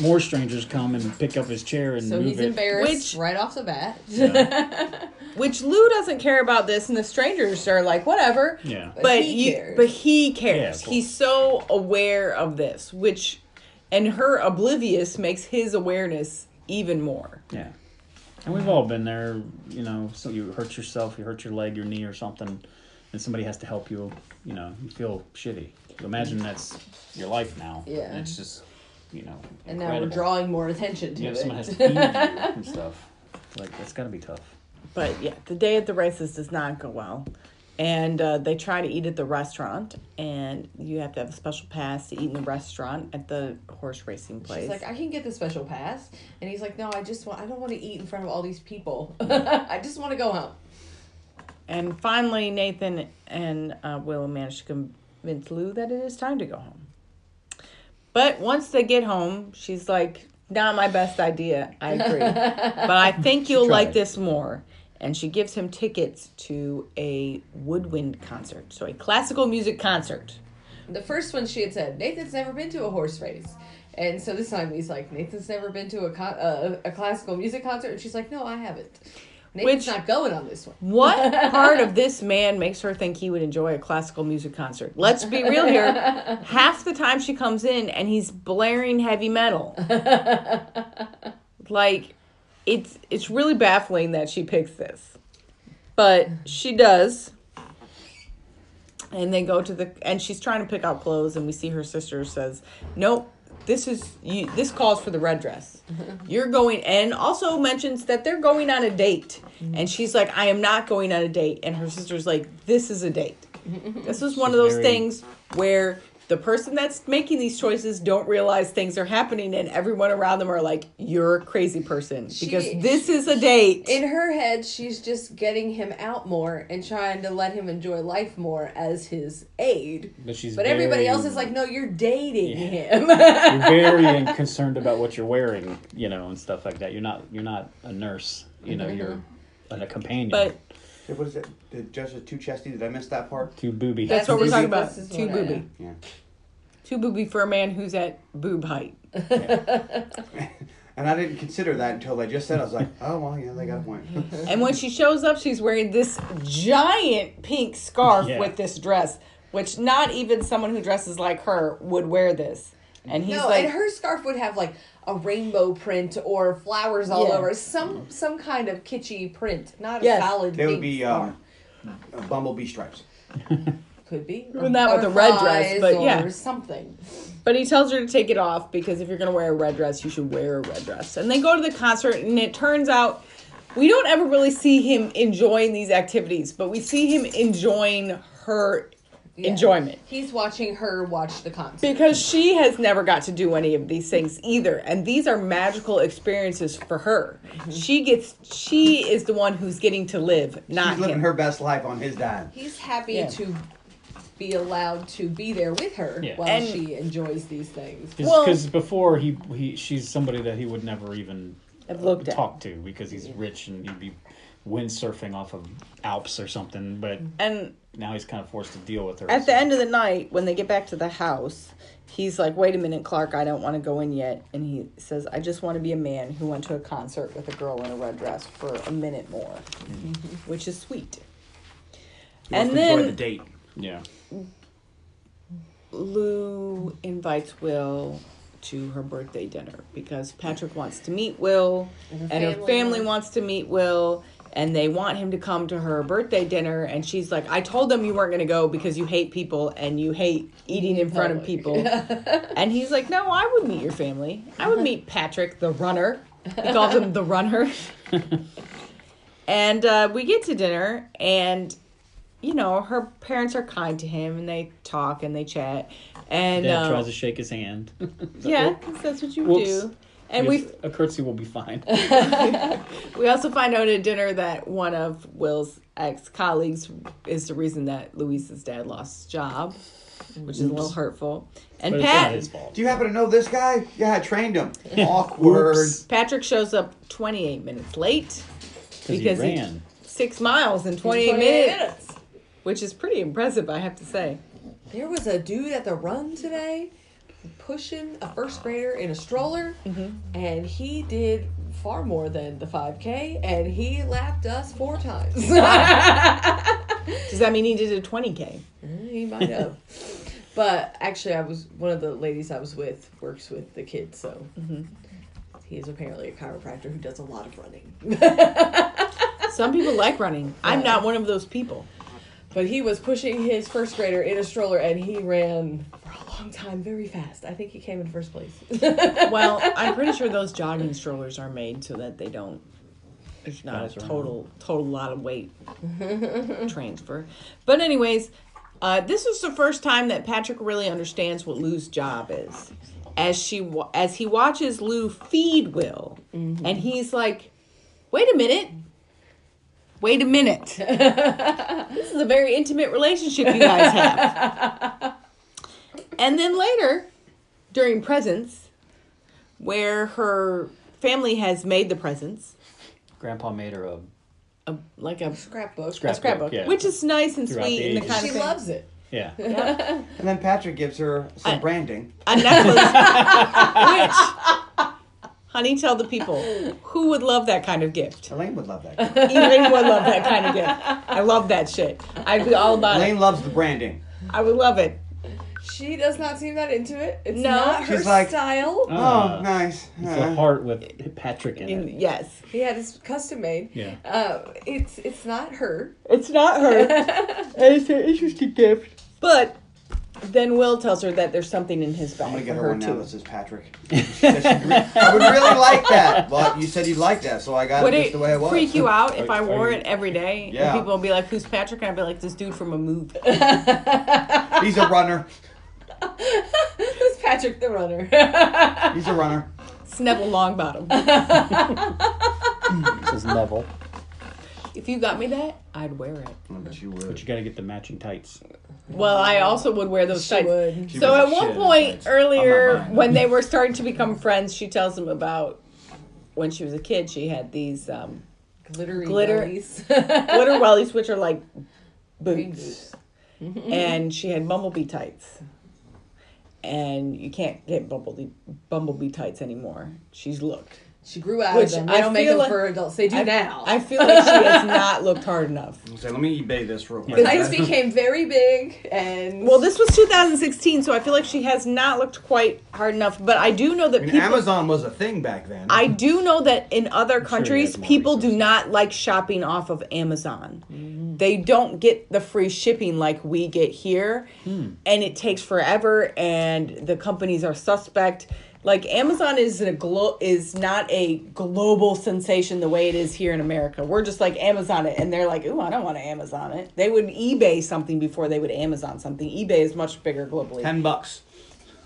more strangers come and pick up his chair and
so
move
he's
it.
embarrassed
Which-
right off the bat
Yeah.
Which Lou doesn't care about this, and the strangers are like, whatever.
Yeah.
But,
But he
you-
cares.
but he
Yeah, of
cares.
course.
He's so aware of this, which, and her oblivious makes his awareness even more.
Yeah. And we've all been there, you know, so you hurt yourself, you hurt your leg, your knee or something, and somebody has to help you, you know, you feel shitty. Imagine that's your life now.
Yeah.
And it's just, you know,
*laughs* and now we're
incredible.
drawing more attention to
You
it
have
*laughs*
someone has to feed you and stuff. Like, that's got to be tough.
But yeah, the day at the races does not go well. And uh, they try to eat at the restaurant, and you have to have a special pass to eat in the restaurant at the horse racing place.
She's like, I can get the special pass, and he's like, No, I just want. I don't want to eat in front of all these people. *laughs* I just want to go home.
and finally, Nathan and uh, Will manage to convince Lou that it is time to go home. But once they get home, she's like, Not my best idea. I agree.
*laughs*
but I think you'll like
tried.
this more. And she gives him tickets to a woodwind concert, so a classical music concert.
The first one she had said, Nathan's never been to a horse race, and so this time he's like, Nathan's never been to a con- uh, a classical music concert, and she's like, No, I haven't. Nathan's
Which-
not going on this one.
What part of this man makes her think he would enjoy a classical music concert? Let's be real here. Half the time she comes in and he's blaring heavy metal. Like it's it's really baffling that she picks this. But she does. And they go to the and she's trying to pick out clothes and we see her sister says, "Nope, this is you, this calls for the red dress. You're going and also mentions that they're going on a date. And she's like, "I am not going on a date." And her sister's like, "This is a date." This is one of
She's
those
very-
things where the person that's making these choices don't realize things are happening and everyone around them are like you're a crazy person because
She-
this is a date
In her head, she's just getting him out more and trying to let him enjoy life more as his aide.
But she's
But everybody
very-
else is like, no, you're dating
You're
him.
very concerned about what you're wearing, you know, and stuff like that. You're not you're not a nurse, you know. You're a, a companion.
but
Hey, What is it? uh, The judge is too chesty. Did I miss that part?
to booby.
that's, what we're
this-
talking about
this is
two
what I-
booby
Yeah.
two booby for a man who's at boob
*laughs*
height
And I didn't consider that until they just said. it. I was like, oh well, yeah, they got a point.
and when she shows up she's wearing this giant pink scarf
Yeah.
with this dress which not even someone who dresses like her would wear this and he's
no,
like
and her scarf would have like a rainbow print or flowers all
Yeah.
over, some some kind of kitschy print, not
Yes.
a solid.
they would
pink
be
scarf.
um, uh, bumblebee stripes.
could be
not with a red dress,
Butterflies
but
or
yeah.
something.
But he tells her to take it off because if you're going to wear a red dress, you should wear a red dress. And they go to the concert, and it turns out we don't ever really see him enjoying these activities, but we see him enjoying her
Yeah.
enjoyment
He's watching her watch the concert.
because she has never got to do any of these things either and these are magical experiences for her
Mm-hmm.
she gets she is the one who's getting to live not
She's living
him
her best life on his dime.
He's happy
Yeah.
to be allowed to be there with her
Yeah.
while
And-
she enjoys these things.
Well-
Because before he, he she's somebody that he would never even
Have looked at.
talk to because he's rich and he'd be windsurfing off of Alps or something. But
and
now he's kind of forced to deal with her.
At the end of the night, when they get back to the house, he's like, "Wait a minute, Clark, I don't want to go in yet." And he says, "I just want to be a man who went to a concert with a girl in a red dress for a minute more," which is sweet.
Mm-hmm. He
and
wants to enjoy
then
the date.
yeah,
Lou invites Will to her birthday dinner because Patrick wants to meet Will and her family,
family wants-
wants to meet Will and they want him to come to her birthday dinner and she's like I told them you weren't going to go because you hate people and you hate eating in front of *laughs* people. and he's like no, I would meet your family. I would meet Patrick the runner. He calls him the runner. and uh, we get to dinner and you know, her parents are kind to him and they talk and they chat. And
Dad
um,
tries to shake
*laughs*
his hand.
yeah, 'cause that's what you
Whoops.
do. And
Yes,
we
a curtsy will be fine.
we also find out at dinner that one of Will's ex colleagues is the reason that Luisa's dad lost his job, which is a little hurtful. And
But it's not
Pat
his fault.
Do you happen to know this guy? Yeah, I trained him. Awkward.
Whoops.
Patrick shows up 28 minutes late
he
because he,
ran.
six miles in 28,
28
minutes, which is pretty impressive, I have to say.
There was a dude at the run today pushing a first grader in a stroller, and he did far more than the 5K, and he lapped us four times. *laughs*
Does that mean he did a 20k?
he might have. But actually, I was one of the ladies I was with works with the kids, so he is apparently a chiropractor who does a lot of running. *laughs*
Some people like running. I'm not one of those people.
But he was pushing his first grader in a stroller, and he ran for a long time, very fast. I think he came in first place. *laughs*
*laughs* Well, I'm pretty sure those jogging strollers are made so that they don't. There's not a
Bounce around.
total total lot of weight transfer. But anyways, uh, this is the first time that Patrick really understands what Lou's job is, as she wa- as he watches Lou feed Will,
Mm-hmm.
and he's like, "Wait a minute." Wait a
*laughs*
minute. this is a very intimate relationship you guys have.
*laughs*
and then later, during presents, where her family has made the presents,
Grandpa made her a
a, like a
Scrapbook.
Scrap-
scrapbook,
yeah.
which is nice and
Throughout
sweet
the
and the
ages.
kind
She
of thing.
loves it.
yeah.
And then Patrick gives her some
I-
branding.
a necklace.
*laughs*
which, honey, tell the people who would love that kind of gift.
Elaine would love that. guy.
Even would love that kind of gift. I love that shit. I'd be all about it.
Elaine loves the branding.
I would love it.
She does not seem that into it. It's
No.
not her
She's like-
style.
Ah.
oh, nice.
It's
Uh,
a heart with Patrick in
In- *laughs*
it.
yes,
He had his custom made.
Yeah.
Uh, it's it's not her. *laughs*
it's not her. it's an interesting gift, but. Then Will tells her that there's something in his
I'm
bag
gonna
for
get her
her
one now.
too.
This is *laughs* Patrick. She said she'd re- I would really like that. Well, you said you'd like that, so I got
Would
it just
it
the way it was.
freak you out if
Are-
I
are
wore
you-
it every day? And
Yeah.
people would be like, "Who's Patrick?" And I'd be like, "This dude from a movie."
He's a runner.
It's Patrick the Runner. *laughs*
He's a runner.
*laughs* It's Neville Longbottom.
says Neville.
if you got me that, I'd wear it.
But you
But
would.
you got to get the matching tights.
Well, I also would wear those
She
tights.
would.
She
So
would
at
be
one
shit.
point earlier,
mine.
when they were starting to become friends, she tells him about when she was a kid. She had these um,
Glittery
Glitter.
bellies. *laughs*
glitter wellies, which are like
Green
boots, Mm-hmm.
boots.
and she had bumblebee tights. And you can't get bumblebee bumblebee tights anymore. She's looked.
She grew out
Which
of them.
I
They don't make
feel
them
like-
for adults. They do
I-
now.
I feel like she has not looked hard enough.
So let me ebay this real quick.
The tights became very big and
Well, this was 2016, so I feel like she has not looked quite hard enough. But I do know that
I mean,
people.
Amazon was a thing back then.
I do know that in other
sure you
countries,
guys more
people do
research.
not like shopping off of Amazon. They don't get the free shipping like we get here,
Hmm.
and it takes forever. And the companies are suspect. Like Amazon is a glo- is not a global sensation the way it is here in America. We're just like Amazon it, and they're like, "Ooh, I don't want to Amazon it." They would eBay something before they would Amazon something. eBay is much bigger globally.
Ten bucks.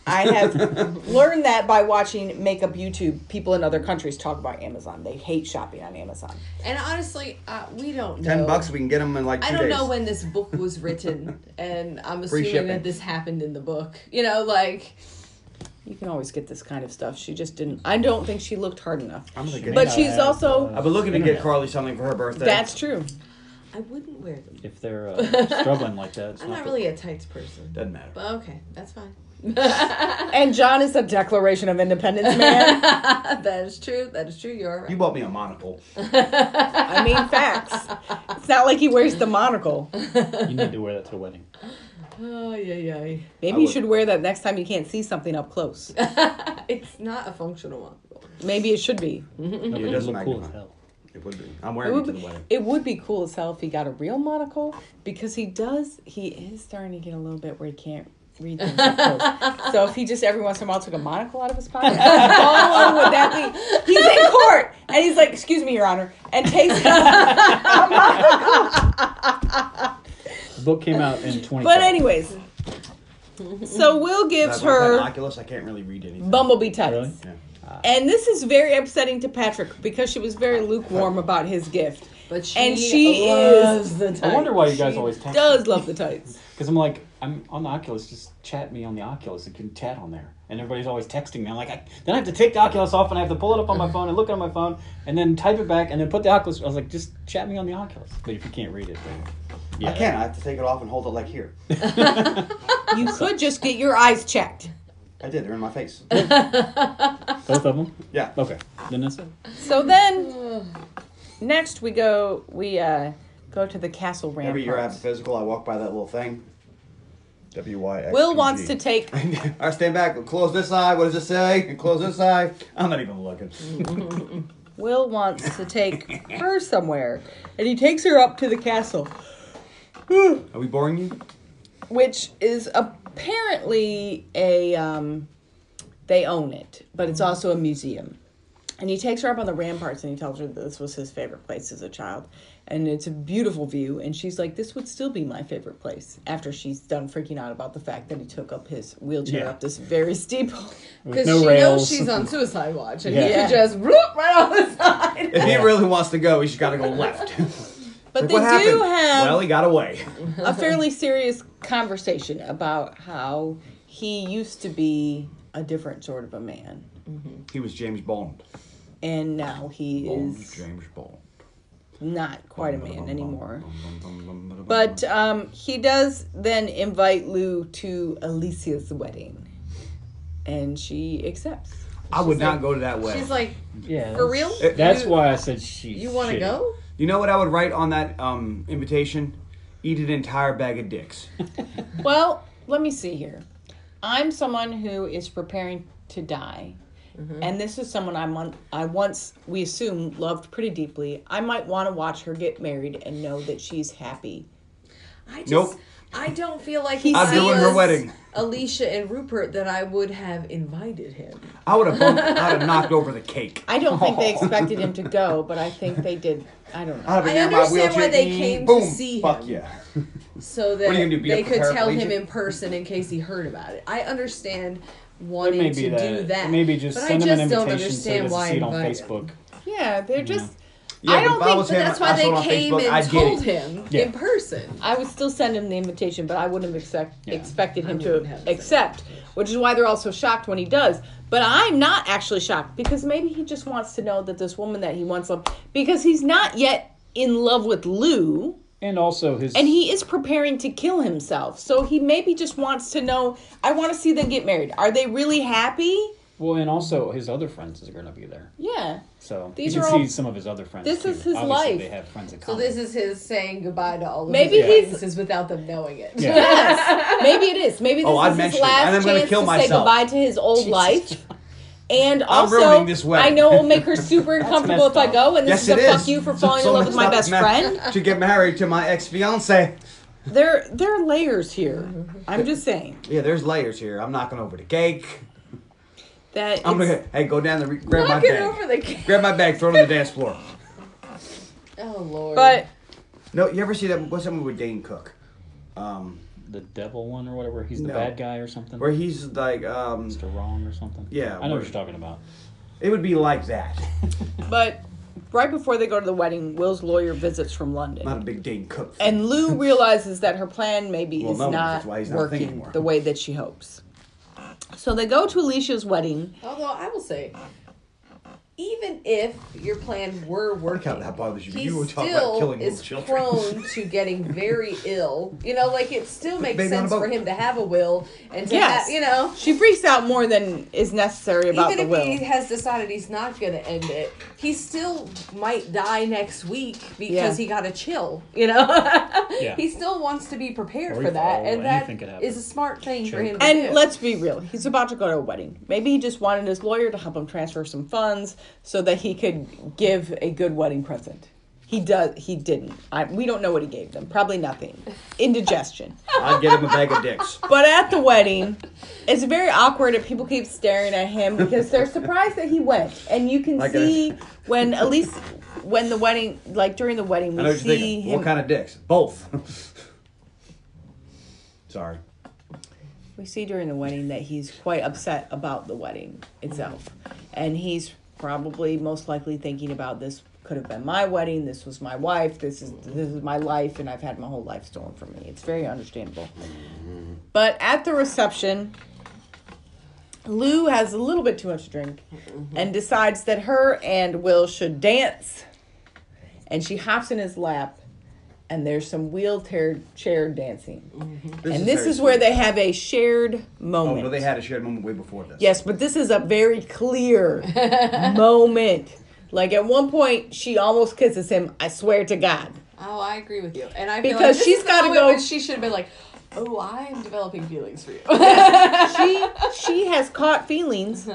I have learned that by watching makeup YouTube. People in other countries talk about Amazon. They hate shopping on Amazon.
and honestly, uh, we don't know.
Ten bucks. We can get them in like two
I don't
days.
know when this book
*laughs*
was written, and I'm
Free
assuming
shipping.
that this happened in the book. You know, like
You can always get this kind of stuff. She just didn't. I don't think she looked hard enough.
I'm gonna get
But
it.
she's
have,
also-
uh,
I've been looking to get
internet.
Carly something for her birthday.
That's true.
I wouldn't wear them.
If they're uh, struggling like that, it's
I'm
not,
not
the-
really a tights person.
doesn't matter.
But okay, that's fine.
And John is a Declaration of Independence man.
that is true. That is true. You're right.
You bought me a monocle.
I mean, facts. It's not like he wears the monocle.
You need to wear that to the wedding.
oh yeah, yeah.
Maybe
I
you
would-
should wear that next time you can't see something up close.
It's not a functional one.
Maybe it should be.
No,
it
it
does
does look cool
magnify.
as hell.
It would be. I'm
It
wearing it to
would,
the
be,
wedding.
it would be cool as hell if he got a real monocle because he does. He is starting to get a little bit where he can't read things up
*laughs*
close. So if he just every once in a while took a monocle out of his pocket, how long would that be? He's in court and he's like, "Excuse me, Your Honor," and takes.
*laughs*
The book came out in 20.
but anyways, so Will gives
That's why I'm playing
her
Oculus. I can't really read anything.
bumblebee tights.
Really?
Yeah.
And this is very upsetting to Patrick because she was very lukewarm about his gift.
But she
And she
loves
is-
the tights.
I wonder why you guys
She-
always text.
Does love the tights.
Because I'm like, I'm on the Oculus. Just chat me on the Oculus. You can chat on there, and everybody's always texting me. I'm like, I, then I have to take the Oculus off, and I have to pull it up on my phone and look it on my phone, and then type it back, and then put the Oculus. I was like, just chat me on the Oculus. But if you can't read it, then yeah,
I can't. I have to take it off and hold it like here.
You could just get your eyes checked.
I did. They're in my face.
both of them.
Yeah.
Okay, then that's it.
So then, next we go. We uh, go to the castle ramp.
Every year I have a physical. I walk by that little thing. W Y X.
Will wants to take.
*laughs* All right, stand back. Close this eye. What does it say? And close this eye. I'm not even looking.
Will wants to take her somewhere, and he takes her up to the castle,
Are we boring you?
which is apparently a. Um, they own it, but it's also a museum. And he takes her up on the ramparts and he tells her that this was his favorite place as a child. And it's a beautiful view. And she's like, This would still be my favorite place after she's done freaking out about the fact that he took up his wheelchair
Yeah.
up this very steep hill.
With
*laughs*
Because
no
she knows
rails.
she's on suicide watch, and
*laughs* Yeah.
he could just whoop right on the *laughs* side.
If he really wants to go, he's got to go left.
But
*laughs* Like,
they do
what happened?
have
Well, he got away.
a fairly serious conversation about how he used to be a different sort of a man,
He was James Bond.
and now he
Bond,
is
James Bond.
not quite a man anymore. But um, he does then invite Lou to Alicia's wedding, and she accepts.
I would
She's
not
like-
go to that wedding.
She's like,
Yeah,
for real?
That's
You-
why I said she.
you want to go?
You know what I would write on that um, invitation? Eat an entire bag of dicks.
Well, let me see here. I'm someone who is preparing to die. And this is someone I, mon- I once, we assume, loved pretty deeply. I might want to watch her get married and know that she's happy.
I just,
Nope.
I don't feel like
He's
I'm doing her
was
wedding.
Alicia and Rupert that I would have invited him.
I would have bumped, I'd have knocked over the cake.
I don't think they expected him to go, but I think they did. I don't know.
I'd have been
I
there in my
understand why
wheelchair.
they came to
Boom.
see
Fuck
him.
yeah.
So
are you
that
gonna do, beat
they
up the
could tell him
paraplegic?
in person in case he heard about it. I understand
It may
wanting
be
to
that.
do that.
It may be just
but
send
I
him
just
an
don't
invitation so he
understand
doesn't
why
see it on
invite
Facebook.
Yeah, they're just.
Yeah,
I
but
don't
if
think
was
But
him, I
that's why
saw
they
it on
came
Facebook,
and
I'd get
told
it.
him
Yeah.
in person.
I would still send him the invitation, but I wouldn't have expect,
Yeah.
expected him
I wouldn't have
to
sent
accept, which is why they're all so shocked when he does. But I'm not actually shocked because maybe he just wants to know that this woman that he wants love because he's not yet in love with Lou
And also his
and he is preparing to kill himself. So he maybe just wants to know I want to see them get married. Are they really happy?
well, and also his other friends is going to be there.
Yeah.
So
These
you
are
can
all-
see some of his other friends.
this
too.
is his
Obviously,
life.
They have friends in
So
common.
this is his saying goodbye to all of
Maybe
his
he's-
acquaintances without them knowing it.
Yeah.
Yes. Maybe it is. Maybe this
Oh,
is
I'd
his
mention it,
last
and I'm gonna
chance
kill
to say
myself.
goodbye to his old life. And also,
ruining this
I
wedding.
know it'll make her super uncomfortable if
messed
I go, and this
yes, it
is
is.
a fuck you for falling in
So-
love with my
someone
best
stop
friend.
ma- to get married to my ex fiance.
There, there are layers here. I'm just saying
Yeah, there's layers here. I'm knocking over the cake.
that
I'm
it's-
gonna hey go down the re- grab my
Knocking
bag.
over the ca-
grab my bag, throw it on the
*laughs*
dance floor.
Oh lord.
But
No, you ever see that? What's that movie with Dane Cook? Um,
the devil one or whatever. He's the
No.
bad guy or something.
where he's like, um,
Mr. Wrong or something.
Yeah,
I know what
where-
you're talking about.
it would be like that.
but right before they go to the wedding, Will's lawyer visits from London.
Not a big Dane Cook. Fan.
And
*laughs*
Lou realizes that her plan maybe
Well,
is
no,
not
that's why he's not thinking
working
more.
the way that she hopes. So they go to Alicia's wedding.
Although I will say, even if your plan were working,
how that bothers you.
he
You were
still
talking about killing
is
little children.
prone to getting
*laughs*
very ill. You know, like it still makes
baby on a
sense for
boat.
him to have a will and to
Yes.
have, you know.
She freaks out more than is necessary about
Even if
the will.
he has decided he's not going to end it, he still might die next week because
Yeah.
he got a chill. You know, *laughs* he still wants to be prepared for
Or he-
that,
oh,
and
anything could
that
happen.
is a smart thing for
Sure.
him. To
And
do.
let's be real, he's about to go to a wedding. Maybe he just wanted his lawyer to help him transfer some funds so that he could give a good wedding present. He does. He didn't. I, we don't know what he gave them. Probably nothing. Indigestion.
I'd get him
*laughs*
a bag of dicks.
But at the wedding, it's very awkward and people keep staring at him because they're surprised that he went. And you can
Like a-
see when at least when the wedding like during the wedding
I
we
know what you're
see
thinking.
him
What kind of dicks? Both. *laughs* Sorry.
we see during the wedding that he's quite upset about the wedding itself. And he's probably most likely thinking about this could have been my wedding, this was my wife, this is this is my life and I've had my whole life stolen from me. It's very understandable. But at the reception, Lou has a little bit too much to drink and decides that her and Will should dance. And she hops in his lap and there's some wheelchair chair dancing and this
very
is where
sweet.
they have a shared
Oh
moment.
no, they had a shared moment way before this.
yes, but this is a very clear moment. Like at one point, she almost kisses him. I swear to God.
Oh, I agree with you. And I feel
Because
like this
she's
is the
gotta
moment
go-
when She should have been like, "Oh, I am developing feelings for you." *laughs*
She she has caught feelings,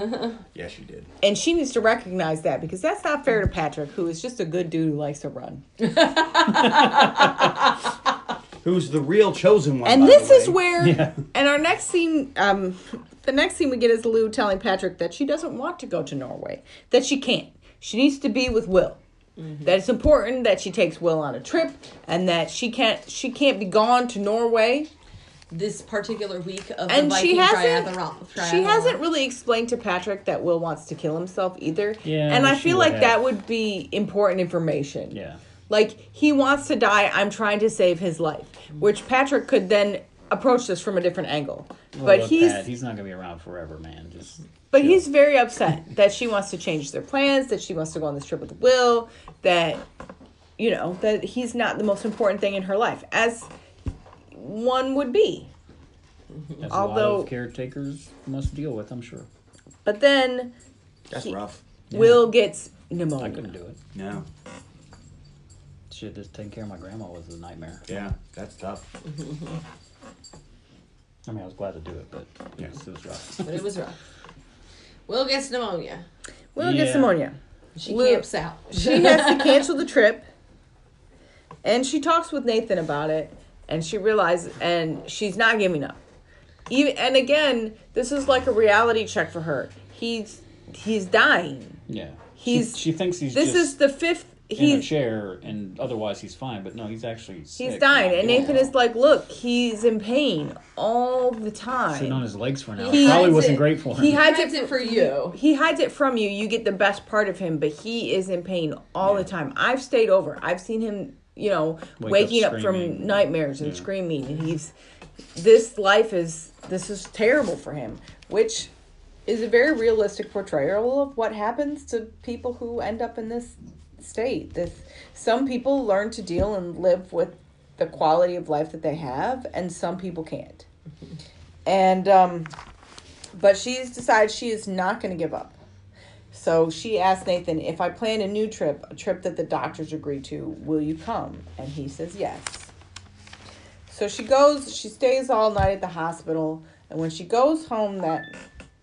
Yes, you did.
and she needs to recognize that because that's not fair to Patrick, who is just a good dude who likes to run.
Who's the real chosen one?
And
by
this
the
is
way?
where, and our next scene, um, the next scene we get is Lou telling Patrick that she doesn't want to go to Norway, that she can't. She needs to be with Will.
Mm-hmm.
That it's important that she takes Will on a trip, and that she can't she can't be gone to Norway.
this particular week of
And
the Viking
she hasn't
triathlon.
she
triathlon.
hasn't really explained to Patrick that Will wants to kill himself either.
Yeah,
and I
she
feel
would
like
have.
that would be important information.
Yeah.
Like he wants to die. I'm trying to save his life, which Patrick could then approach this from a different angle. but
Oh, Look,
he's
Pat, he's not gonna be around forever, man. Just
but he's very upset that she wants to change their plans, that she wants to go on this trip with Will, that you know that he's not the most important thing in her life, as one would be.
that's a lot
Although-
of caretakers must deal with. I'm sure.
But then
That's
he-
rough.
Will gets
I
pneumonia.
couldn't do it.
No.
Shit, just taking care of my grandma was a nightmare.
Yeah, that's tough.
I mean, I was glad to do it, but yeah, it was rough. *laughs*
But it was rough. Will gets pneumonia.
Will
Yeah.
gets pneumonia.
She
Will-
camps out. *laughs*
She has to cancel the trip, and she talks with Nathan about it. and she realized, and she's not giving up. Even and again, this is like a reality check for her. He's he's dying.
Yeah.
He's-
she, she thinks he's
This
just
is the fifth.
in a
He's
chair and otherwise he's fine, but no, he's actually
he's
sick,
dying,
not
and
doing
Nathan
well.
is like, look, he's in pain all the time.
sitting on his legs for now.
He
It probably
hides
wasn't
it.
great for him.
he hides
Hides
it
it for you.
he hides it from you. You get the best part of him, but he is in pain all the time. I've stayed over. I've seen him, you know,
Wake
waking
up
up, from
screaming.
nightmares and
Yeah.
screaming. And he's this life is this is terrible for him, which is a very realistic portrayal of what happens to people who end up in this state. This some people learn to deal and live with the quality of life that they have, and some people can't. And um, but she's decided she is not going to give up. So she asked Nathan, if I plan a new trip, a trip that the doctors agree to, will you come? And he says yes. So she goes, she stays all night at the hospital, and when she goes home that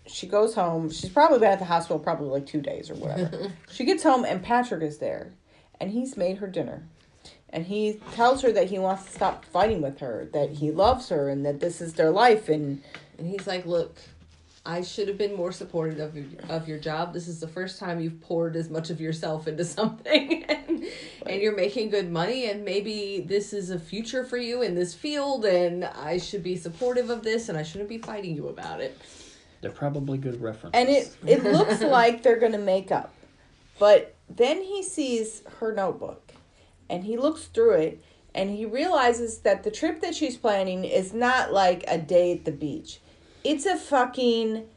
she goes home, she's probably been at the hospital probably like two days or whatever. she gets home and Patrick is there and he's made her dinner. And he tells her that he wants to stop fighting with her, that he loves her and that this is their life and
And he's like, "Look, I should have been more supportive of your, of your job. This is the first time you've poured as much of yourself into *laughs* something, and, and you're making good money. And maybe this is a future for you in this field. And I should be supportive of this, and I shouldn't be fighting you about it."
They're probably good references.
and it it
*laughs*
looks like they're gonna make up but then he sees her notebook and he looks through it and he realizes that the trip that she's planning is not like a day at the beach it's a fucking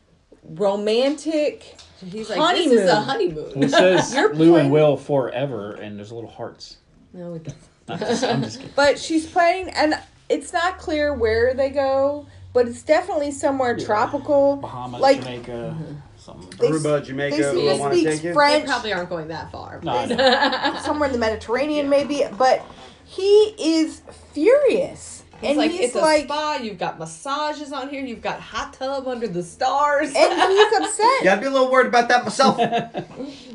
romantic
He's like, "This is a honeymoon."
It says
You're
Lou
playing-
and Will forever, and there's little hearts.
no, it doesn't.
Not just,
*laughs*
I'm just kidding.
but she's planning and it's not clear where they go but it's definitely somewhere tropical
Bahamas, Jamaica,
mm-hmm.
something.
They-
Aruba, Jamaica,
they
ooh, I
speak,
wanna take you.
They
french
probably aren't going that far.
No, I know.
*laughs* somewhere in the Mediterranean, maybe. But he is furious,
He's
and
like,
he's
it's a
like,
spa. You've got massages on here. You've got hot tub under the stars.
and he's upset.
Yeah, I'd be a little worried about that *laughs* myself.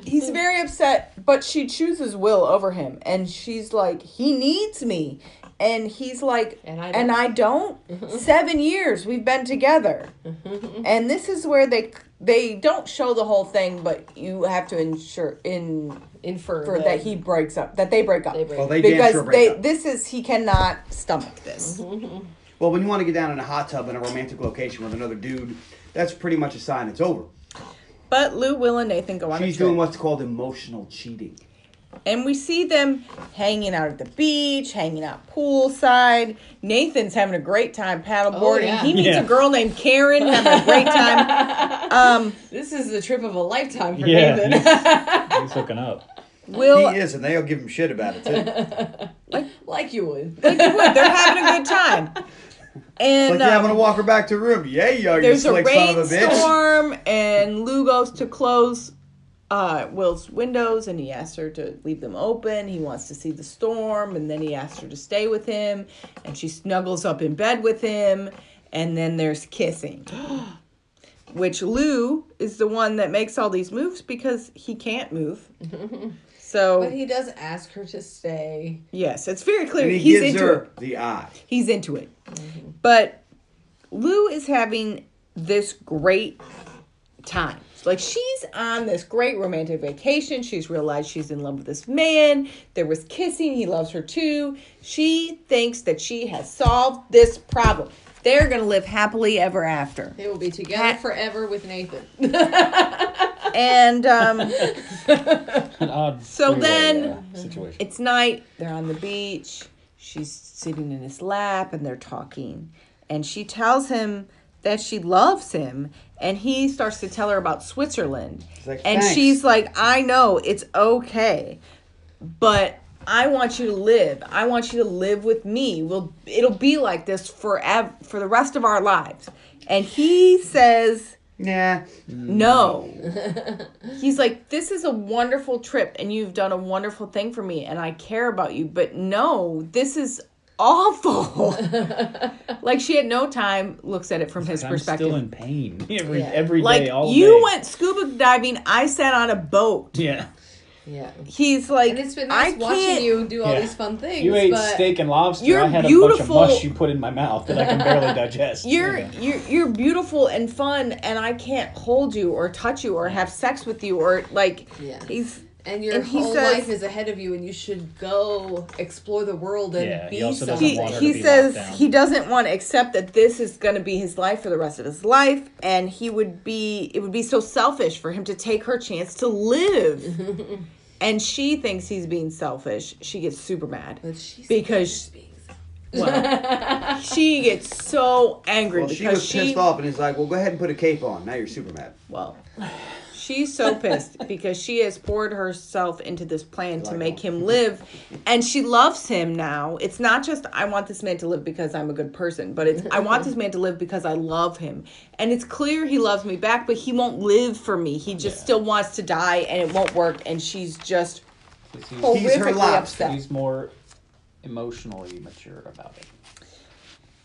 He's very upset, but she chooses Will over him, and she's like, he needs me, and he's like,
And I
and
don't. *laughs*
I don't. Seven years we've been together, and this is where they they don't show the whole thing, but you have to ensure in
Infer
for that he breaks up, that they break up.
They break
well, they damn
because
sure break
they
up.
this is he cannot stomach this.
Mm-hmm.
Well, when you want to get down in a hot tub in a romantic location with another dude, that's pretty much a sign it's over.
But Lou, Will, and Nathan go on
She's
a trip,
doing what's called emotional cheating.
and we see them hanging out at the beach, hanging out poolside. Nathan's having a great time paddleboarding.
yeah.
He meets
Yeah.
a girl named Karen, having a great time. Um,
This is the trip of a lifetime for
Yeah, *laughs*
Nathan.
he's, he's hooking up.
Will,
he is, and they'll give him shit
*laughs*
about it too. Like,
like you would.
like you would, they're having a good time. And
yeah, I'm
um,
gonna walk her back to her room. Yeah, yo, you
there's a
slick son of a bitch.
rainstorm, and Lou goes to close uh, Will's windows, and he asks her to leave them open. He wants to see the storm, and then he asks her to stay with him, and she snuggles up in bed with him, and then there's kissing. *gasps* Which Lou is the one that makes all these moves because he can't
*laughs*
move. *laughs*
But
So
he does ask her to stay.
yes, it's very clear
And he
he's
gives
into it
her the eye.
he's into it. But Lou is having this great time. Like she's on this great romantic vacation. She's realized she's in love with this man. There was kissing. He loves her too. She thinks that she has solved this problem. They're going to live happily ever after.
They will be together
Pat-
forever
*laughs*
with Nathan.
And um
An odd *laughs*
So
three-way,
then- Mm-hmm.
uh, situation.
It's night. They're on the beach. She's sitting in his lap and they're talking. And she tells him that she loves him. And he starts to tell her about Switzerland.
like,
and
"Thanks."
she's like, I know, it's okay. But I want you to live. I want you to live with me. We'll it'll be like this forever for the rest of our lives. And he says,
Nah,
no.
*laughs*
He's like, this is a wonderful trip, and you've done a wonderful thing for me, and I care about you, but no, this is
*laughs*
awful. like, she had no time, looks at it from his
I'm
perspective.
still in pain *laughs* every
Yeah.
every day.
like,
all
you
day.
went scuba diving, I sat on a boat.
*laughs* Yeah,
Yeah.
He's like,
And it's been
I
nice
can't.
watching you do all
Yeah.
these fun things.
You ate
but
steak and lobster.
You're
I had
beautiful-
a bunch of mush you put in my mouth that I
*laughs*
can barely digest.
You're
Yeah.
you're you're beautiful and fun, and I can't hold you or touch you or have sex with you or like.
Yeah.
He's
And your
And he
whole
says-
life is ahead of you, and you should go explore the world and
Yeah, he
be
also doesn't
he,
something.
want her to
he
be
says
locked down.
he doesn't want to accept that this is going to be his life for the rest of his life and he would be it would be so selfish for him to take her chance to live and she thinks he's being selfish she gets super mad
But she's
because well, she gets so angry
Well, she
because
was pissed off, and he's like, "Well, go ahead and put a cape on." Now you're super mad.
well she's so pissed because she has poured herself into this plan to
Like
make
him.
him live and she loves him now it's not just i want this man to live because i'm a good person but it's i want this man to live because i love him and it's clear he loves me back but he won't live for me he just still wants to die and it won't work and she's just
He's,
He's her
horrifically
lobster.
upset
he's more emotionally mature about it.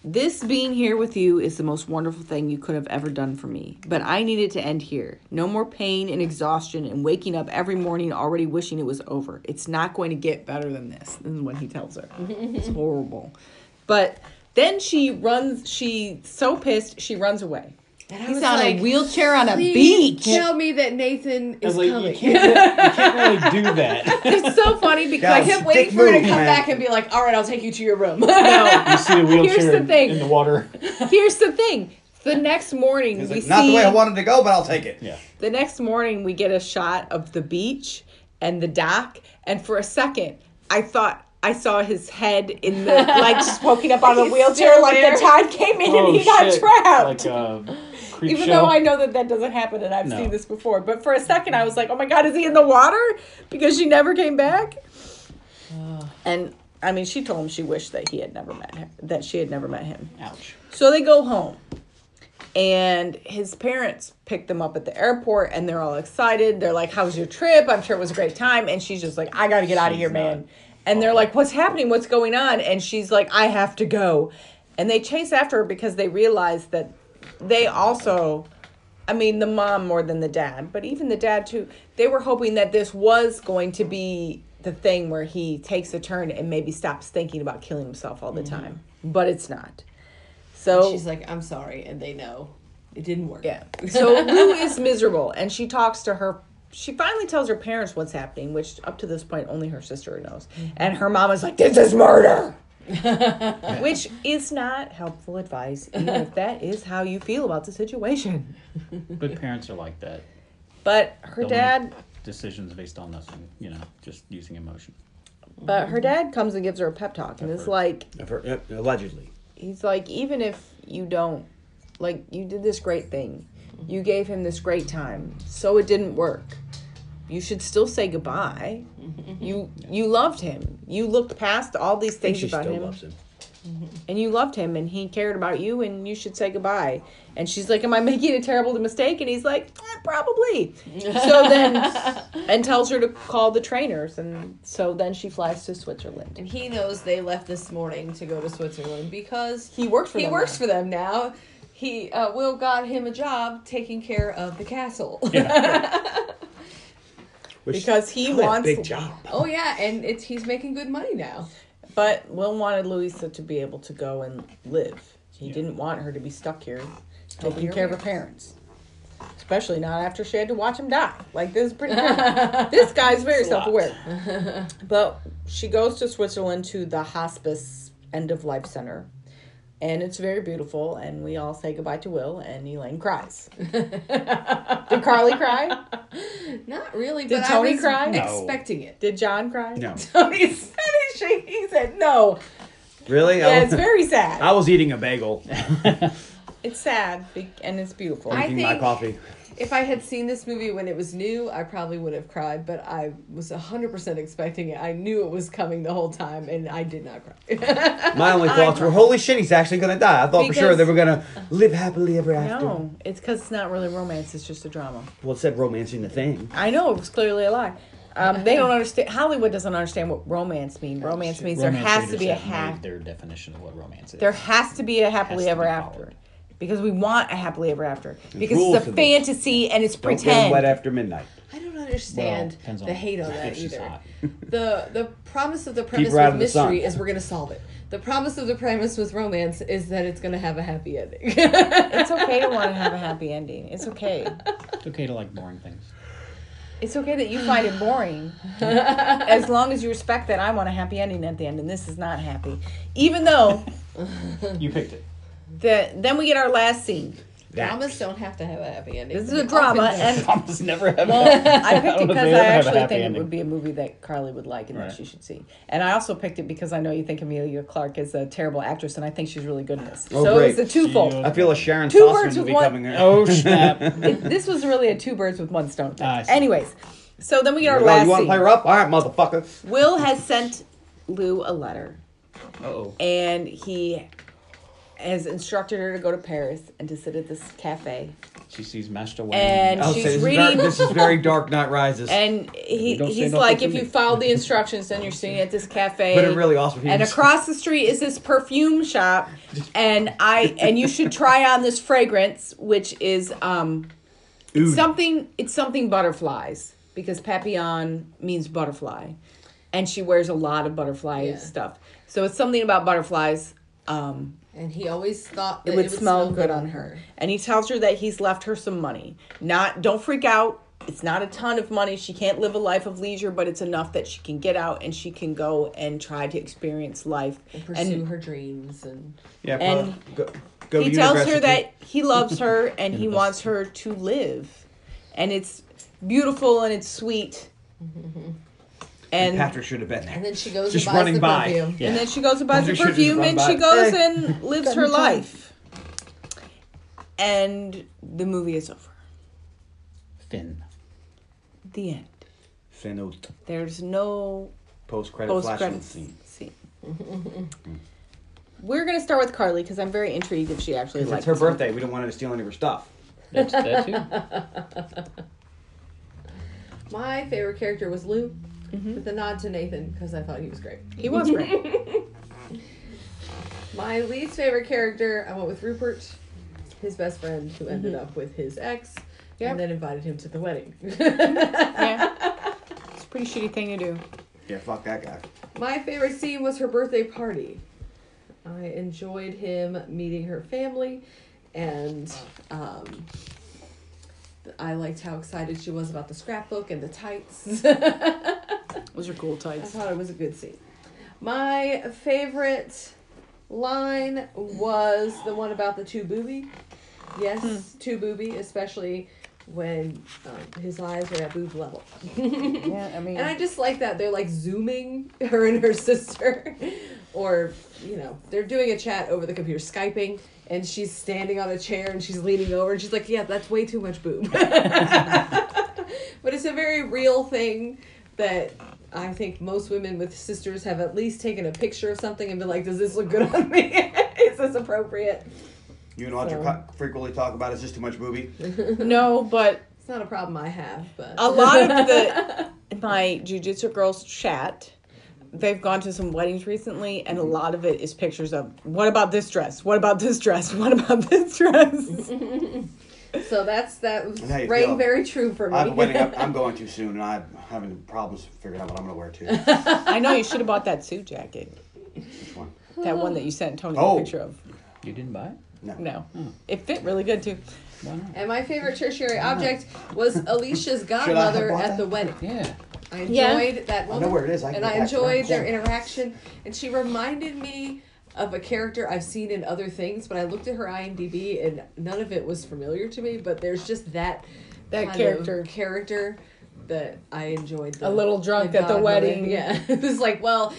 This being here with you is the most wonderful thing you could have ever done for me. But I needed to end here. No more pain and exhaustion and waking up every morning already wishing it was over. It's not going to get better than this. This is what he tells
*laughs*
her. it's horrible. But then she runs, she's so pissed, she runs away.
And I
He's
was
on
like,
a wheelchair on a
Please
beach.
Tell me that Nathan
I
is
was like,
coming.
you can't, re- you can't
*laughs*
really do that.
It's so funny
I
because
Guys.
kept waiting
Dick
for her to
move,
come
man.
back and be like, "All right, I'll take you to
*laughs*
your room."
You see the wheelchair
Here's the
in-
thing.
in the water.
here's the thing. The next morning,
He's
we
like,
see
"Not the way I wanted to go, but I'll take it."
Yeah.
The next morning, we get a shot of the beach and the dock, and for a second, I thought I saw his head in the like
*laughs*
just poking up out of the
He's
wheelchair,
still
like
there.
the tide came in *laughs*
Oh,
and he got
shit.
trapped.
Like a creep
Even
show.
though I know that that doesn't happen and I've
No.
seen this before, but for a second I was like, "Oh my god, is he in the water?" Because she never came
*sighs*
back. And I mean, she told him she wished that he had never met her, that she had never met him.
Ouch.
So they go home, and his parents pick them up at the airport, and they're all excited. They're like, "How was your trip? I'm sure it was a great time." And she's just like, "I got to get out of
She's
here, man."
not-
And they're like, "What's happening? What's going on?" And she's like, "I have to go." And they chase after her because they realize that they also I mean, the mom more than the dad, but even the dad too. They were hoping that this was going to be the thing where he takes a turn and maybe stops thinking about killing himself all the time, but it's not. So
She's like, "I'm sorry," and they know it didn't work.
yeah. So Lou is miserable, and she talks to her. She finally tells her parents what's happening, which up to this point only her sister knows, and her mom is like, "This is murder," which is not helpful advice, even if that is how you feel about the situation.
But parents are like that.
But her
They'll
dad.
make decisions based on nothing, you know, just using emotion.
But her dad comes and gives her a pep talk and it's like
Allegedly.
he's like even if you don't like you did this great thing.
Mm-hmm.
You gave him this great time. So it didn't work. You should still say goodbye. You you loved him. You looked past all these
Mm-hmm. I think
things
she
about
still
him
loves him.
and you loved him and he cared about you and you should say goodbye. And she's like, Am I making a terrible mistake? And he's like, "Eh, Probably. so
*laughs*
then, and tells her to call the trainers. And so then she flies to Switzerland.
And he knows they left this morning to go to Switzerland because
He worked for
he
them
works
now.
for them now. He uh, Will got him a job taking care of the castle.
Which-
Because he
What a
wants-
big job.
*laughs* oh yeah, and it's he's making good money now.
*laughs* But Will wanted Louisa to be able to go and live. He didn't want her to be stuck here taking
here
care of
we
her
are.
parents. Especially not after she had to watch him die. Like this is pretty
*laughs*
This guy's very
It's a lot.
self aware.
*laughs*
but she goes to Switzerland to the hospice end of life center. And it's very beautiful and we all say goodbye to Will and Elaine cries. Did Carly
*laughs*
cry?
Not really.
Did
but
Tony
I was
cry? No.
Expecting
*laughs*
it.
Did John cry?
No.
Tony said he, shake- he said no.
Really?
Yeah,
I,
it's
was,
very sad.
*laughs* I was eating a bagel,
It's sad be- and it's beautiful.
I
drinking my
think-
coffee.
If I had seen this movie when it was new, I probably would have cried, but I was 100% expecting it. I knew it was coming the whole time, and I did not cry. *laughs*
My only thoughts were, "Holy shit, he's actually gonna die." I thought for sure
Because-
they were gonna live happily ever after.
no, it's because it's not really romance. It's just a drama.
Well, it said romancing the thing.
I know it was clearly a lie. Um, they don't understand. Hollywood doesn't understand what romance means. Romance means there
Romance
has to
readers
be a
have made
happy.
Their definition of what romance is.
There has to be a happily
Has to
ever
be
after,
followed.
because we want a happily ever after. Because
rules
it's
to
a
this.
fantasy and it's
Don't get wet
pretend.
after midnight.
I don't understand
depends on
the hate on
if
that
she's
either.
hot.
*laughs* the the promise of the premise
her out
with
of the sun.
mystery is we're gonna solve it. The promise of the premise with romance is that it's gonna have a happy ending. *laughs*
It's okay to want to have a happy ending. It's okay.
It's okay to like boring things.
It's okay that you find it
*laughs*
boring. as long as you respect that I want a happy ending at the end, and this is not happy. Even though Mm.
You picked it. *laughs*
the then we get our last scene.
Dramas don't have to have a happy ending.
This is
They
a drama,
often don't.
*laughs*
and
Promise never have
I picked
don't
it
know if they
because I
ever have a
actually
happy
think it
ending.
would be a movie that Carly would like and
Right.
that she should see. And I also picked it because I know you think Amelia Clark is a terrible actress, and I think she's really good in this.
Oh,
so
great.
it's a twofold.
She,
I feel a Sharon
Two
Saltzman
birds
movie
with one-
coming there.
*laughs* Oh snap!
It- this was really a two birds with one stone. Thing.
Ah, I see.
Anyways, so then we get our
Oh,
last
you want to
scene.
play her up? All right, motherfucker.
Will has sent Lou a letter,
oh.
and he has instructed her to go to Paris and to sit at this cafe.
She sees Master Wayne.
And
I'll
she's
say this
reading.
Is dark, this is very Dark Night Rises.
*laughs* and he,
We don't say
he's
nothing
like,
to
if
me."
you follow the instructions, then you're sitting at this cafe.
but it really awesome.
and
He's-
across the street is this perfume shop and i and you should try on this fragrance which is um
Oud.
something it's something butterflies because papillon means butterfly and she wears a lot of butterfly
Yeah.
stuff so it's something about butterflies um
And he always thought that
it would, smell, good on her. And he tells her that he's left her some money. Not don't freak out. It's not a ton of money. She can't live a life of leisure, but it's enough that she can get out and she can go and try to experience life.
And pursue her dreams and
yeah,
and
go, go
he
to
tells her
university.
that he loves
*laughs*
her and he wants her to live. And it's beautiful and it's sweet.
Mm-hmm.
And
Patrick should have been there.
and then she goes
Just
and buys
running
the
by.
perfume.
and then she goes and buys
Wonder
the
should just
perfume
run
and
by.
she goes
Hey. *laughs*
and lives her life. And the movie is over.
Finn.
The end.
Finot
There's no
post credit
post
flashing
credits
scene.
scene. *laughs* We're gonna start with Carly because I'm very intrigued if she actually likes
It's her
this one.
birthday. We don't want her to steal any of her stuff.
That's that too.
My favorite character was Lou, with a nod to Nathan because I thought he was great.
He was *laughs* great.
My least favorite character, I went with Rupert, his best friend, who ended up with his ex,
Yep.
and then invited him to the wedding. *laughs*
yeah. It's a pretty shitty thing to do.
Yeah, fuck that guy.
My favorite scene was her birthday party. I enjoyed him meeting her family, and um, I liked how excited she was about the scrapbook and the tights. *laughs*
Those are cool
I
tights.
thought it was a good scene. My favorite line was the one about the two booby. Yes, two booby, especially when um, his eyes were at boob level.
*laughs* Yeah, I mean,
And I just like that they're like zooming *laughs* her and her sister, *laughs* or you know they're doing a chat over the computer, skyping, and she's standing on a chair and she's leaning over and she's like, "Yeah, that's way too much boob." *laughs* but it's a very real thing that I think most women with sisters have at least taken a picture of something and been like, "Does this look good on me? *laughs* Is this appropriate?"
You and Audra
So-
co- frequently talk about is this too much booby?
no, but
It's not a problem I have, but *laughs*
a lot of the my jujitsu girls chat. They've gone to some weddings recently, and a
Mm-hmm.
lot of it is pictures of what about this dress? What about this dress? What about *laughs* this dress?
so that's that was
And how you feel?
rang very true for me.
I have a wedding I'm, I'm going to soon, and I'm having problems figuring out what I'm going to wear too.
I know you should have bought that suit jacket,
Which
*laughs*
one?
that one that you sent Tony
Oh. Hmm.
a picture of.
You didn't buy it?
No.
No, it fit really good too.
Why not?
And my favorite tertiary object
*laughs*
was Alicia's
have
godmother
bought
at
that?
the wedding.
Yeah.
I
Yeah.
enjoyed that woman.
where it is. I can
and
go
I
back to
enjoyed
that.
their interaction. And she reminded me of a character I've seen in other things, but I looked at her IMDb and none of it was familiar to me. But there's just that
That
kind of
character.
character that I enjoyed. The,
A little drunk at the
godmother.
wedding.
Yeah, *laughs* it was like, well,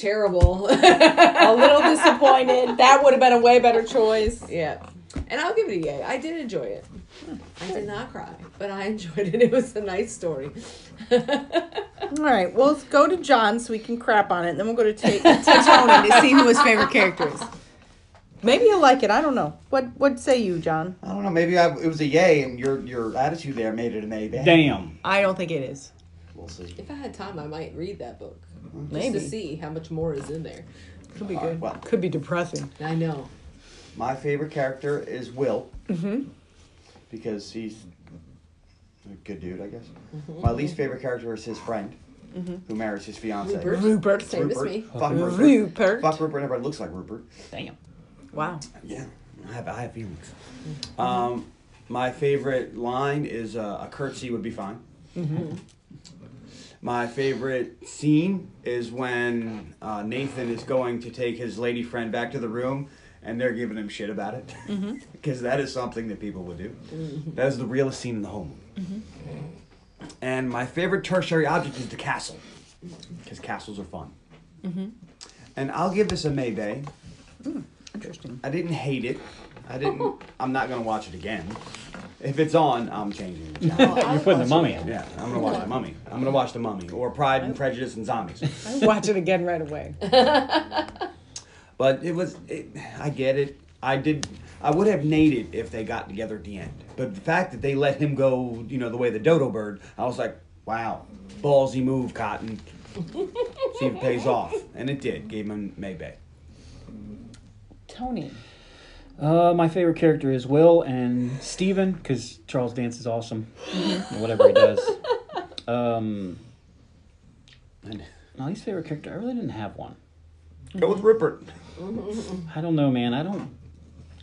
*laughs*
terrible.
a little disappointed. That would have been a way better choice.
Yeah. And I'll give it a yay. I did enjoy it. I did not cry, but I *laughs* enjoyed it. It was a nice story. *laughs*
All right, well, let's go to John so we can crap on it, and then we'll go to, Ta- to Tony to see who his favorite character is. Maybe you'll like it. I don't know. What What say you, John?
I don't know. Maybe I, it was a yay, and your your attitude there made it an A.
Damn.
I don't think it is.
We'll see.
if I had time, I might read that book
Maybe
just to see how much more is in there.
could be
All right, well.
Could be depressing.
I know.
My favorite character is Will. Mm-hmm. Because he's Good dude, I guess.
Mm-hmm.
My least favorite character is his friend, who marries his fiance.
Rupert.
Rupert.
Same as me.
Fuck Rupert.
Rupert.
Fuck Rupert. Everybody looks like Rupert.
Damn.
Wow.
Yeah, I have I have feelings. Um, my favorite line is uh, a curtsy would be fine. My favorite scene is when uh, Nathan is going to take his lady friend back to the room, and they're giving him shit about it *laughs* because is something that people would do. That is the realest scene in the whole movie. And my favorite tertiary object is the castle because castles are fun. And I'll give this a Mayday.
Interesting.
I didn't hate it. I didn't. I'm not gonna watch it again. If it's on, I'm changing the
*laughs*
channel.
I
You're putting the
watched
mummy
it.
in.
yeah, I'm gonna watch the Mummy. I'm gonna watch the Mummy or Pride and Prejudice and Zombies.
Watch it again right away.
But it was. It, I get it. I did. I would have nated if they got together at the end. But the fact that they let him go, you know, the way the dodo bird, I was like, wow, ballsy move, Cotton. See if it pays off, and it did. Gave him Maybay.
Tony.
Uh, my favorite character is Will and Steven because Charles Dance is awesome. Whatever he does. Um,
And
my least favorite character, I really didn't have one.
go with Rupert.
I don't know, man. I don't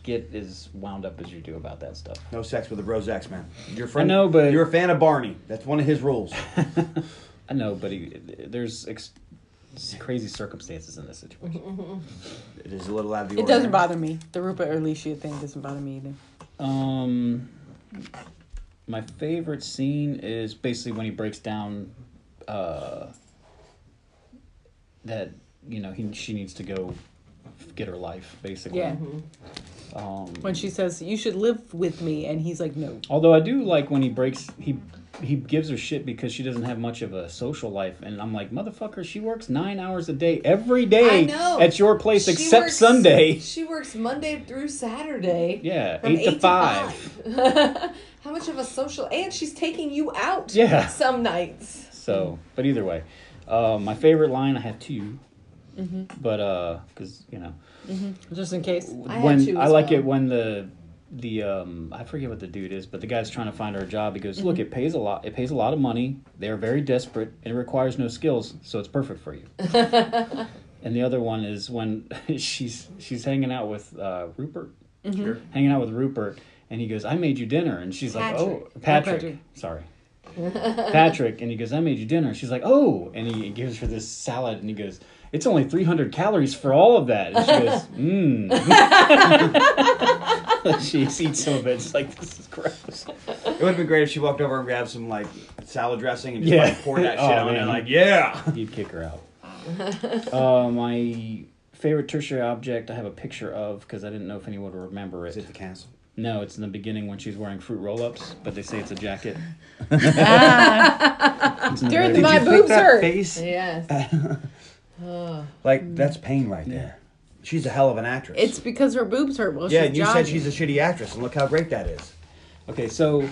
get as wound up as you do about that stuff.
No sex with a Rose X, man. You're a friend.
know, but-
you're a fan of Barney. That's one of his rules.
I know, but he, there's ex- crazy circumstances in this situation.
It is a little out of the
It doesn't
ordinary.
bother me. The Rupert Alicia thing doesn't bother me either.
Um, my favorite scene is basically when he breaks down. Uh, that you know he she needs to go get her life basically.
Yeah.
Mm-hmm.
Um,
When she says, you should live with me, and he's like, no.
Although I do like when he breaks he he gives her shit because she doesn't have much of a social life and I'm like, motherfucker, she works nine hours a day every day
I know.
at your place
She
except
works-
Sunday. *laughs*
She works Monday through Saturday.
Yeah,
from
eight to five.
five. *laughs* How much of a social? And she's taking you out.
Yeah.
Some nights.
So but either way. Uh, my favorite line I have 2
Mm-hmm.
But uh because you know
Just in case.
I had
when
two
I
as
like
well.
it when the the um I forget what the dude is, but the guy's trying to find her a job. He goes, "Look,
Mm-hmm.
it pays a lot. It pays a lot of money. They are very desperate, and it requires no skills, so it's perfect for
*laughs*
you." and the other one is when *laughs* she's she's hanging out with uh, Rupert,
Sure.
hanging out with Rupert, and he goes, "I made you dinner," and she's like,
Patrick.
"Oh, Patrick,
Patrick.
*laughs* sorry." Patrick and he goes, I made you dinner. She's like, Oh, and he gives her this salad and he goes, It's only 300 calories for all of that. And she goes, Mmm. *laughs* she eats some of it. It's like this is gross.
It would have been great if she walked over and grabbed some like salad dressing and just
Yeah.
like poured *laughs* that shit
Oh,
on
man.
and like, yeah.
You'd kick her *laughs* out. Uh, my favorite tertiary object I have a picture of because I didn't know if anyone would remember
Is
it.
it the castle?
No, it's in the beginning when she's wearing fruit roll ups, but they say it's a jacket. It's in
During
very-
the My
Did you
boobs
pick that
hurt.
face?
Yes.
*laughs*
Like that's pain right there. She's a hell of an actress.
It's because her boobs hurt while
yeah.
she's
and you
jogging.
said she's a shitty actress, and look how great that is.
Okay, so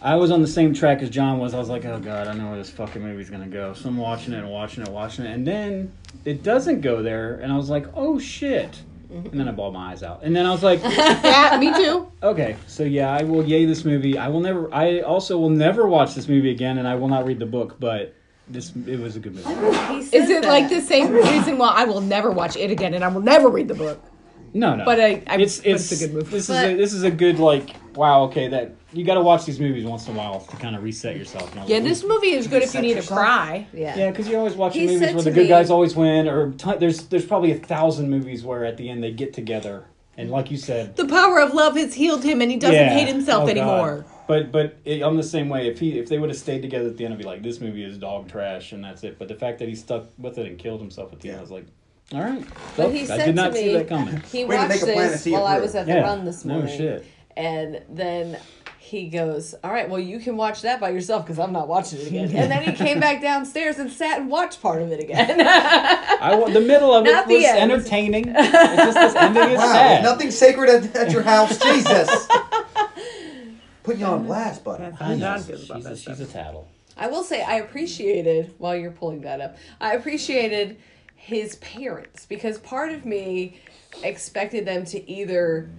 I was on the same track as John was. I was like, oh god, I know where this fucking movie's gonna go. So I'm watching it and watching it, watching it, and then it doesn't go there, and I was like, oh shit.
Mm-hmm.
And then I bawled my eyes out. And then I
*laughs*
was like,
yeah, me too.
okay, so yeah, I will yay this movie. I will never, I also will never watch this movie again, and I will not read the book, but this, it was a good movie.
Is it like the same reason why I will never watch it again and I will never read the book?
No, no.
But I- I-
it's,
but it's
it's,
a good movie.
This
But-
is a, this is a good like wow. Okay, that you got to watch these movies once in a while to kind of reset yourself. And I was
Yeah,
like,
this movie is good if you need to cry.
Yeah.
Yeah, because you're always watching
He
movies
said
where
to
the good
me-
guys always win, or t- there's there's probably a thousand movies where at the end they get together, and like you said,
The power of love has healed him and he doesn't
yeah.
hate himself
Oh, God.
anymore.
But but it, I'm the same way. If he if they would have stayed together at the end, I'd be like, this movie is dog trash, and that's it. But the fact that he stuck with it and killed himself at the end, I was like, all right,
But
well,
he
I
said
did
to
not see
me-
that coming.
He
Way to
watched
make a plan to
this
see it
while I
through.
was at the
Yeah.
run this
No
morning.
shit.
And then he goes, "All right, well, you can watch that by yourself because I'm not watching it again." And then he came back downstairs and sat and watched part of it again.
I wa- the
*laughs*
middle of it
Not the
was
end. *laughs*
entertaining. it's just this ending is sad.
nothing sacred at, at your house, Jesus. Putting you on blast, buddy.
I know.
John feels about
She's a,
that
she's a tattle.
I will say I appreciated while you're pulling that up. I appreciated his parents because part of me expected them to either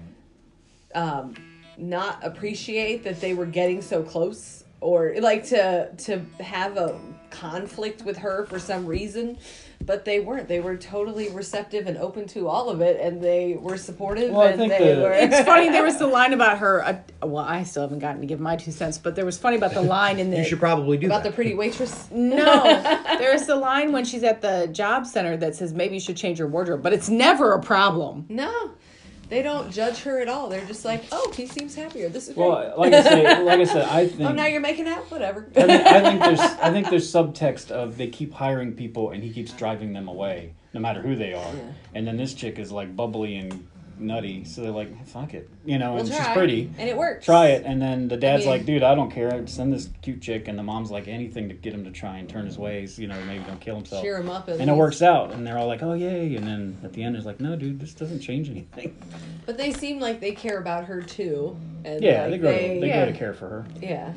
um, not appreciate that they were getting so close or like to to have a conflict with her for some reason but they weren't they were totally receptive and open to all of it and they were supportive
Well, I
and
think
they
the-
were *laughs*
It's
It's funny. There was the line about her. Uh, well, I still haven't gotten to give my two cents, but there was funny about the line in the.
You should probably do
about the
that.
pretty waitress
*laughs* no, there's the line when she's at the job center that says maybe you should change your wardrobe, but it's never a problem.
no they don't judge her at all they're just like oh he seems happier this is great
Well, like I say, like I said, I think.
*laughs* oh now you're making out whatever
I think, I think there's I think there's subtext of they keep hiring people and he keeps driving them away no matter who they are, and then this chick is like bubbly and nutty, so they're like fuck it, you know,
*laughs* We'll
and she's
try,
pretty,
and it works
try it, and then the dad's
mean-
like, dude, I don't care, send this cute chick, and the mom's like, anything to get him to try and turn his ways, you know, maybe don't kill himself,
cheer him up at
and it
least.
works out, and they're all like, oh yay, and then at the end it's like, no, dude, this doesn't change anything. *laughs*
But they seem like they care about her too. And
Yeah,
like,
they grow to, they
yeah.
grow to care for her.
yeah.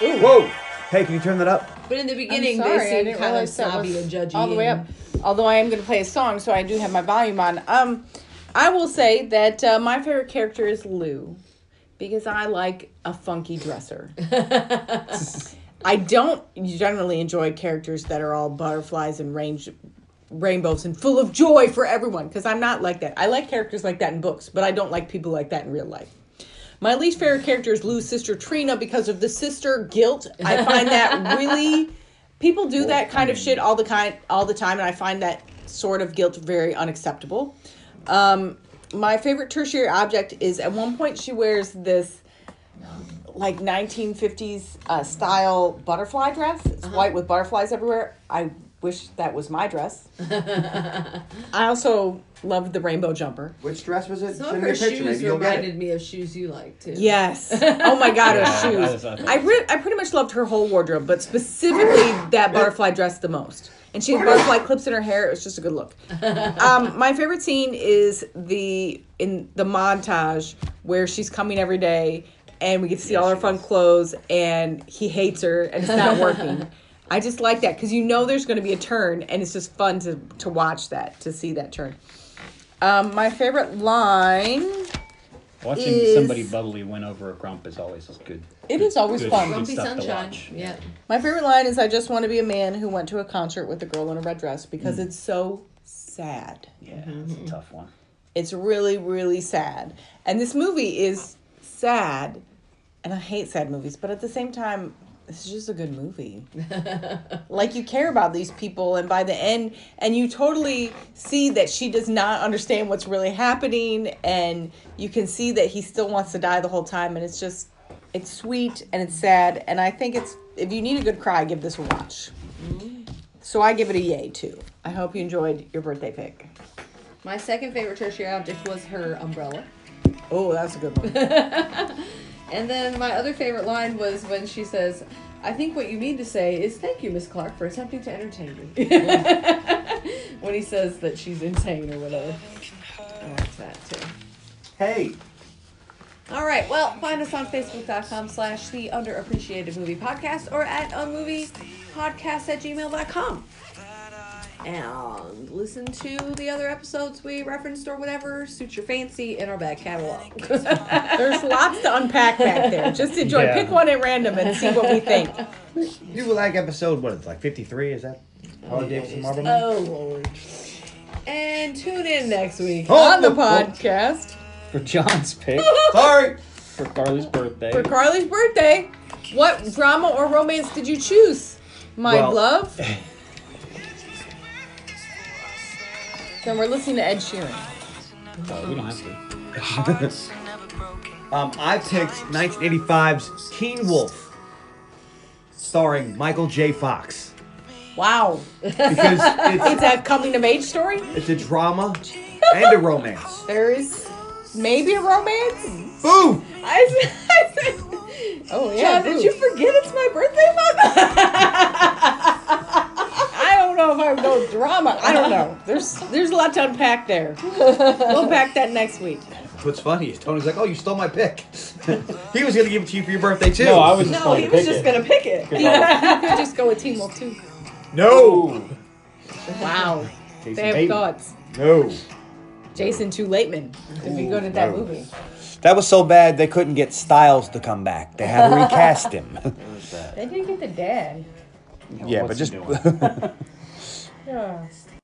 Whoa! Hey, can you turn that up?
But in the
I'm
beginning,
sorry, I
they
didn't
seem kind of
realize that
snobby
was
and judgy.
all the way
and-
up. Although I am going to play a song, so I do have my volume on. Um, I will say that uh, my favorite character is Lou because I like a funky
*laughs*
dresser. I don't generally enjoy characters that are all butterflies and range rainbows and full of joy for everyone because I'm not like that. I like characters like that in books, but I don't like people like that in real life. My least favorite character is Lou's sister Trina because of the sister guilt. I find that really people do that kind of shit all the kind all the time, and I find that sort of guilt very unacceptable. Um, my favorite tertiary object is at one point she wears this like 1950s uh, style butterfly dress. It's white with butterflies everywhere. I wish that was my dress. I also love the rainbow jumper.
Which dress was it?
Some of
Send me
her
a picture,
shoes
maybe you'll get it.
reminded me of shoes you like too.
Yes. Oh my God,
Yeah,
her
that
shoes.
is not bad.
I re- I pretty much loved her whole wardrobe, but specifically that butterfly dress the most. And she had butterfly clips in her hair. It was just a good look. Um, my favorite scene is the in the montage where she's coming every day, and we get to see all her fun clothes, and he hates her, and it's not working.
*laughs*
I just like that because you know there's going to be a turn, and it's just fun to to watch that to see that turn. Um, my favorite line.
Watching
Is-
somebody bubbly win over a grump is always good.
It is always
Good.
fun.
Grumpy
Stuff to
sunshine.
watch.
Yeah.
My favorite line is I just want to be a man who went to a concert with a girl in a red dress because it's so sad.
Yeah, it's
Mm-hmm.
a tough one.
It's really, really sad. And this movie is sad. And I hate sad movies, but at the same time, this is just a good movie. like you care about these people and by the end and you totally see that she does not understand what's really happening and you can see that he still wants to die the whole time and it's just it's sweet and it's sad and I think it's if you need a good cry, give this a watch. So I give it a yay too. I hope you enjoyed your birthday pick.
My second favorite tertiary object was her umbrella.
Oh, that's a good one.
And then my other favorite line was when she says, I think what you mean to say is thank you, Miss Clark, for attempting to entertain me. *laughs* when he says that she's insane or whatever. I like that too.
Hey,
All right. Well, find us on Facebook.com slash the underappreciated movie podcast or at unmoviepodcast at gmail.com. And listen to the other episodes we referenced or whatever suits your fancy in our back catalog.
There's lots to unpack back there. Just enjoy.
Yeah.
Pick one at random and see what we think.
you were like episode what? It's like fifty-three. Is that? Harley Davidson Marble Man?
*laughs* oh, Lord. And tune in next week.
Oh,
On the
oh,
podcast
For
*laughs*
John's pick,
oh, *laughs* Sorry.
for Carly's birthday,
for Carly's birthday. What drama or romance did you choose? My
Well-
love. then we're listening to Ed Sheeran.
Uh, we don't have to.
*laughs* Um, I picked 1985's Teen Wolf, starring Michael J. Fox,
Wow. *laughs*
because
It's
it's
a coming of age story?
it's a drama and a romance.
There is maybe a romance?
Boo!
I said, I said
Oh, yeah.
John, did
boo.
you forget it's my birthday month?
I don't know if I would go drama. I don't know. There's there's a lot to unpack there. We'll pack that next
*laughs*
week.
What's funny is Tony's like, "Oh, you stole my pick." *laughs* he was gonna give it to you for your birthday too.
No, Oh, I was just
no,
going
he
to
was
pick
just
it.
going to pick it.
*laughs* You could just go with Team Wolf too.
No,
Wow.
Tasty
They have
baby.
thoughts.
no.
Jason Two Lateman would be good at that movie.
That was so bad they couldn't get Styles to come back. They *laughs* had to recast him.
They didn't get the dad.
yeah, but
What's
just
he doing?
Yeah.